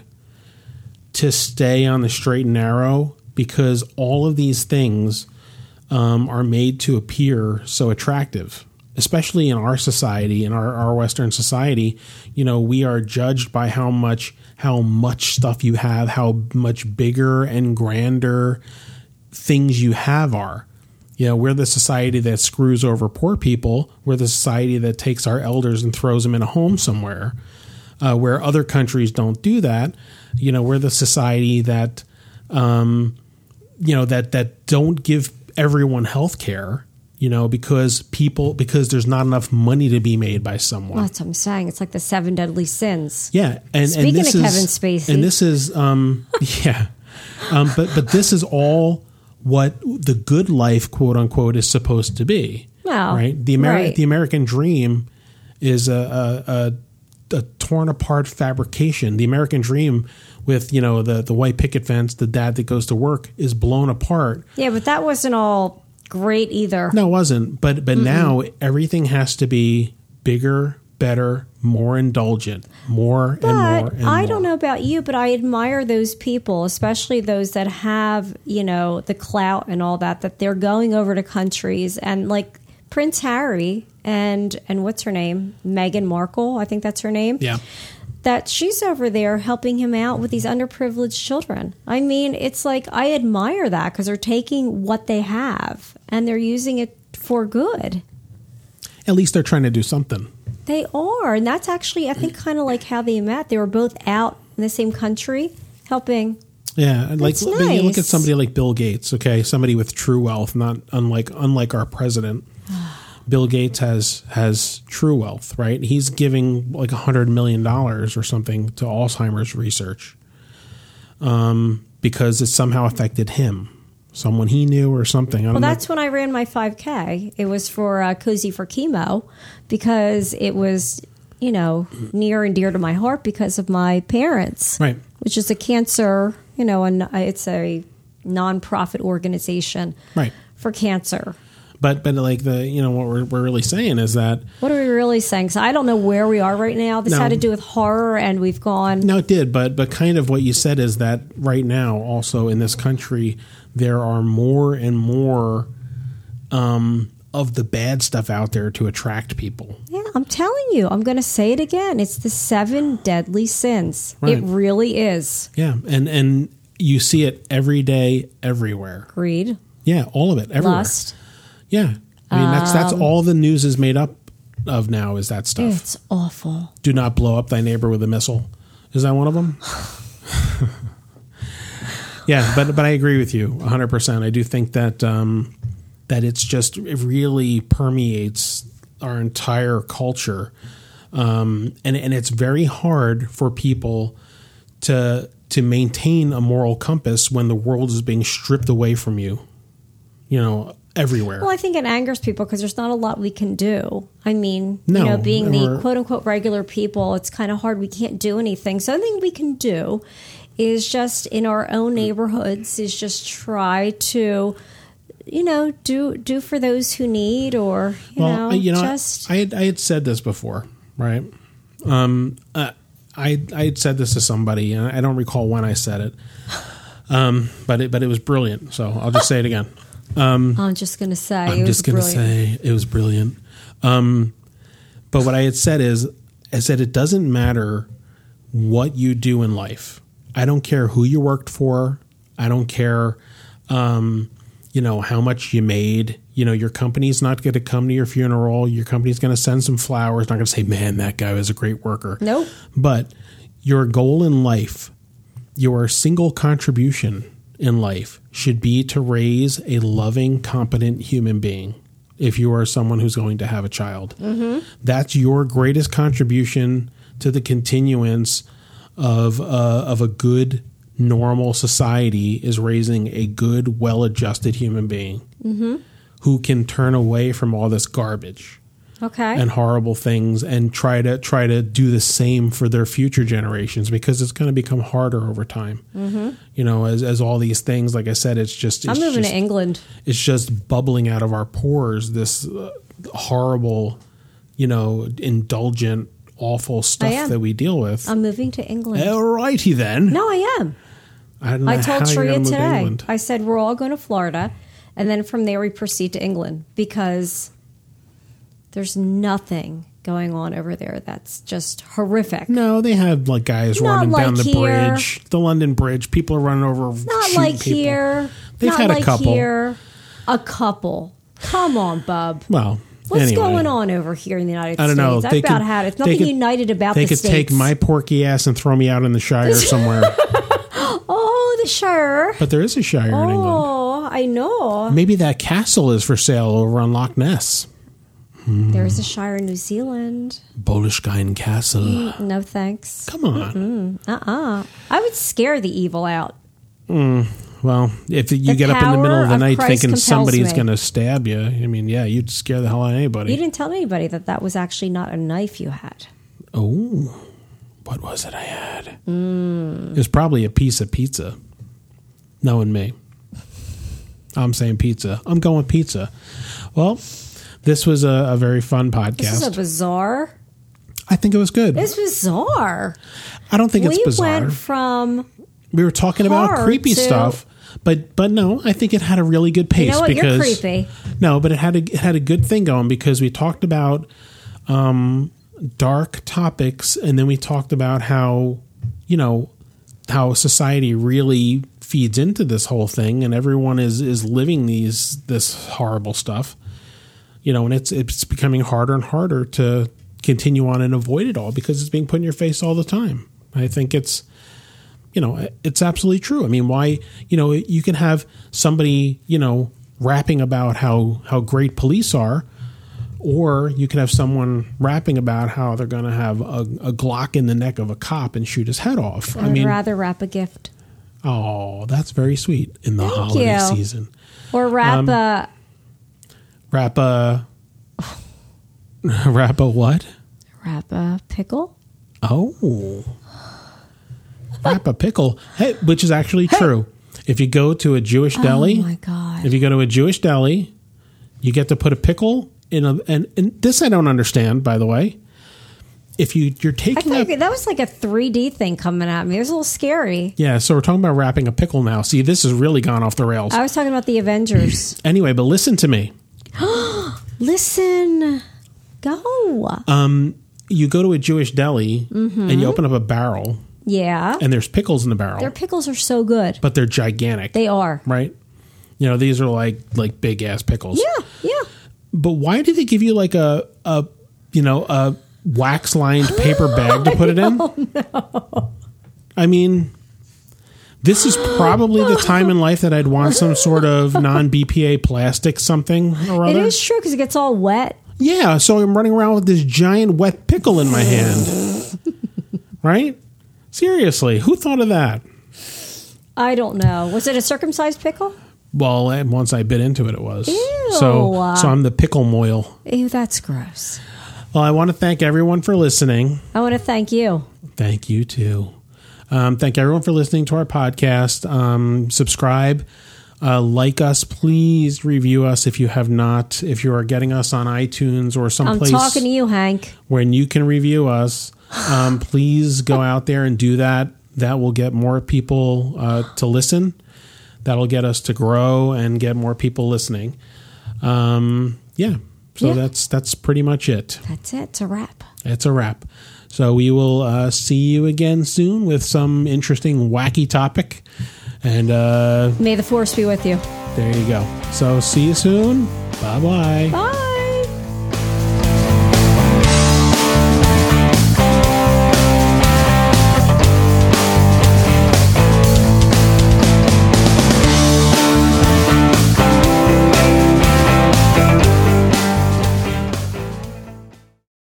to stay on the straight and narrow because all of these things um, are made to appear so attractive especially in our society in our, our western society you know we are judged by how much how much stuff you have how much bigger and grander things you have are you know we're the society that screws over poor people we're the society that takes our elders and throws them in a home somewhere uh, where other countries don't do that you know we're the society that um, you know that that don't give everyone health care you know because people because there's not enough money to be made by someone
Well, that's what I'm saying. It's like the seven deadly sins.
yeah, and
Speaking
and this
of
is,
Kevin Spacey.
and this is um, yeah, um, but but this is all what the good life, quote unquote, is supposed to be.
Well,
right the American
right.
the American dream is a a, a a torn apart fabrication. The American dream with you know the the white picket fence, the dad that goes to work is blown apart
Yeah, but that wasn't all great either.
no, it wasn't. But but now everything has to be bigger, better, more indulgent, more and more.
But
And
I
more.
don't know about you, but I admire those people, especially those that have, you know, the clout and all that, that they're going over to countries and like Prince Harry and and what's her name? Meghan Markle, I think that's her name.
Yeah,
That she's over there helping him out with these underprivileged children. I mean, it's like I admire that because they're taking what they have and they're using it for good.
at least they're trying to do something.
They are, and that's actually I think kind of like how they met. They were both out in the same country helping.
Yeah, and like
That's
look- you look at
nice.
somebody like Bill Gates. Okay, somebody with true wealth, not unlike unlike our president. Bill Gates has has true wealth, right? He's giving like a hundred million dollars or something to Alzheimer's research, um, because it somehow affected him, someone he knew or something. I don't
Well,
know.
that's when I ran my 5K. It was for uh, Cozy for chemo because it was, you know, near and dear to my heart because of my parents,
right.
which is a cancer, you know, and it's a nonprofit organization
Right.
for cancer.
But but like the you know what we're, we're really saying is that
What are we really saying? So I don't know where we are right now. This
No.
had to do with horror, and we've gone.
no it did but but kind of what you said is that right now also in this country there are more and more um, of the bad stuff out there to attract people.
Yeah, I'm telling you, I'm going to say it again. It's the seven deadly sins.
Right.
It really is
Yeah, and and you see it every day everywhere.
greed,
Yeah, all of it everywhere.
lust.
Yeah, I mean that's that's all the news is made up of now is that stuff.
It's awful.
Do not blow up thy neighbor with a missile. Is that one of them? yeah, but but I agree with you 100%. I do think that um, that it's just it really permeates our entire culture. Um, and and it's very hard for people to to maintain a moral compass when the world is being stripped away from you. You know, everywhere.
Well, I think it angers people because there's not a lot we can do. I mean,
No,
you know, being the
we're-
quote unquote regular people, it's kind of hard. We can't do anything. So, Something we can do is just in our own neighborhoods is just try to, you know, do do for those who need or you know,
I-
just
I had, I had said this before, right? Um, uh, I I had said this to somebody, and I don't recall when I said it, um, but it but it was brilliant. So I'll just say it again.
I'm just gonna say it
I'm
was
just gonna
brilliant.
say it was brilliant. Um, but what I had said is, I said it doesn't matter what you do in life. I don't care who you worked for. I don't care, um, you know, how much you made. You know, your company's not going to come to your funeral. Your company's going to send some flowers. Not going to say, "Man, that guy was a great worker."
Nope.
But your goal in life, your single contribution in life should be to raise a loving, competent human being. If you are someone who's going to have a child, that's your greatest contribution to the continuance of uh, of a good, normal society is raising a good, well-adjusted human being who can turn away from all this garbage
Okay.
and horrible things and try to try to do the same for their future generations because it's going to become harder over time you know as, as all these things like i said it's just it's
Mm-hmm. I'm moving
just,
to England.
it's just bubbling out of our pores this uh, horrible you know indulgent awful
I
stuff
am.
that we deal with
I'm moving to England.
all righty then
No, I am.
I don't know
I told
how you're
Shreya
gonna move to
today.
England.
I said we're all going to Florida, and then from there we proceed to England because there's nothing going on over there that's just horrific.
No, they had like guys
Not
running down
like
the
here.
bridge, the London Bridge. People are running over.
Not
shooting
like
people.
here.
They've
not
had a
like
couple.
here. A couple. Come on, bub.
Well,
What's
anyway,
going on over here in the United States?
I don't know.
I've about had it. Nothing
they could-
united about
They
the
could take
States.
my porky ass and throw me out in the Shire somewhere.
Oh, the Shire.
But there is a Shire in England.
Oh, I know.
Maybe that castle is for sale over on Loch Ness. Mm-hmm.
There's a Shire in New Zealand.
Bolishgein Castle.
No thanks. Uh-uh.
Come on.
I would scare the evil out.
Well, if you
The
get up in the middle
power
of the
of
night
Christ
thinking
compels
somebody's
me.
going to stab you, I mean, yeah, you'd scare the hell out of anybody.
You didn't tell anybody that that was actually not a knife you had.
Oh, what was it I had? It was probably a piece of pizza. Knowing me, I'm saying pizza. I'm going with pizza. Well, this was a, a very fun
This is a
podcast. I
bizarre.
think it was good.
It's bizarre.
I don't think it's
we
bizarre.
went from
we were talking about
hard
creepy
to-
stuff, but but no, I think it had a really good pace
you know what?
because
You're creepy.
No, but it had a it had a good thing going because we talked about um, dark topics, and then we talked about how you know how society really feeds into this whole thing, and everyone is is living these this horrible stuff. You know, and it's it's becoming harder and harder to continue on and avoid it all because it's being put in your face all the time. I think it's you know, it's absolutely true. I mean, why, you know, you can have somebody, you know, rapping about how how great police are, or you can have someone rapping about how they're going to have a, a Glock in the neck of a cop and shoot his head off. I
I'd
mean,
rather wrap a gift
oh, that's very sweet in the
Thank
holiday
you.
season.
or wrap
um,
a
Rap a rap a what?
wrap a pickle.
Oh. Rap a pickle. Hey, which is actually true. If you go to a Jewish deli,
Oh my god!
If you go to a Jewish deli, you get to put a pickle in a and, and this I don't understand, by the way. If you you're
I
taking a
thought that was like a 3D thing coming at me. It was a little scary.
yeah, so we're talking about wrapping a pickle now. See, this has really gone off the rails.
I was talking about the Avengers.
anyway, but listen to me.
Listen, go.
Um, You go to a Jewish deli
Mm-hmm.
and you open up a barrel
yeah,
and there's pickles in the barrel,
their pickles are so good.
but they're gigantic,
They are.
right? You know, these are like like big ass pickles.
Yeah, yeah.
But why do they give you like a a you know a wax lined paper bag to put it in? I mean, this is probably the time in life that I'd want some sort of non BPA plastic something or
It
other.
is true because it gets all wet.
Yeah, so I'm running around with this giant wet pickle in my hand. right? Seriously, who thought of that?
I don't know. Was it a circumcised pickle?
Well, and once I bit into it, it was.
Ew.
So, so I'm the pickle moil.
Ew, that's gross.
Well, I want to thank everyone for listening.
I want to thank you.
Thank you too. Um, thank everyone for listening to our podcast. Um, subscribe, uh, like us, please review us if you have not. If you are getting us on iTunes or
I'm
someplace
talking to you, Hank.
when you can review us, um, please go out there and do that. That will get more people uh, to listen. That'll get us to grow and get more people listening. Um, yeah. So
Yeah.
that's that's pretty much it.
That's it. It's a wrap.
It's a wrap. So we will uh, see you again soon with some interesting, wacky topic. And uh,
May the force be with you.
there you go. So see you soon. Bye-bye.
Bye.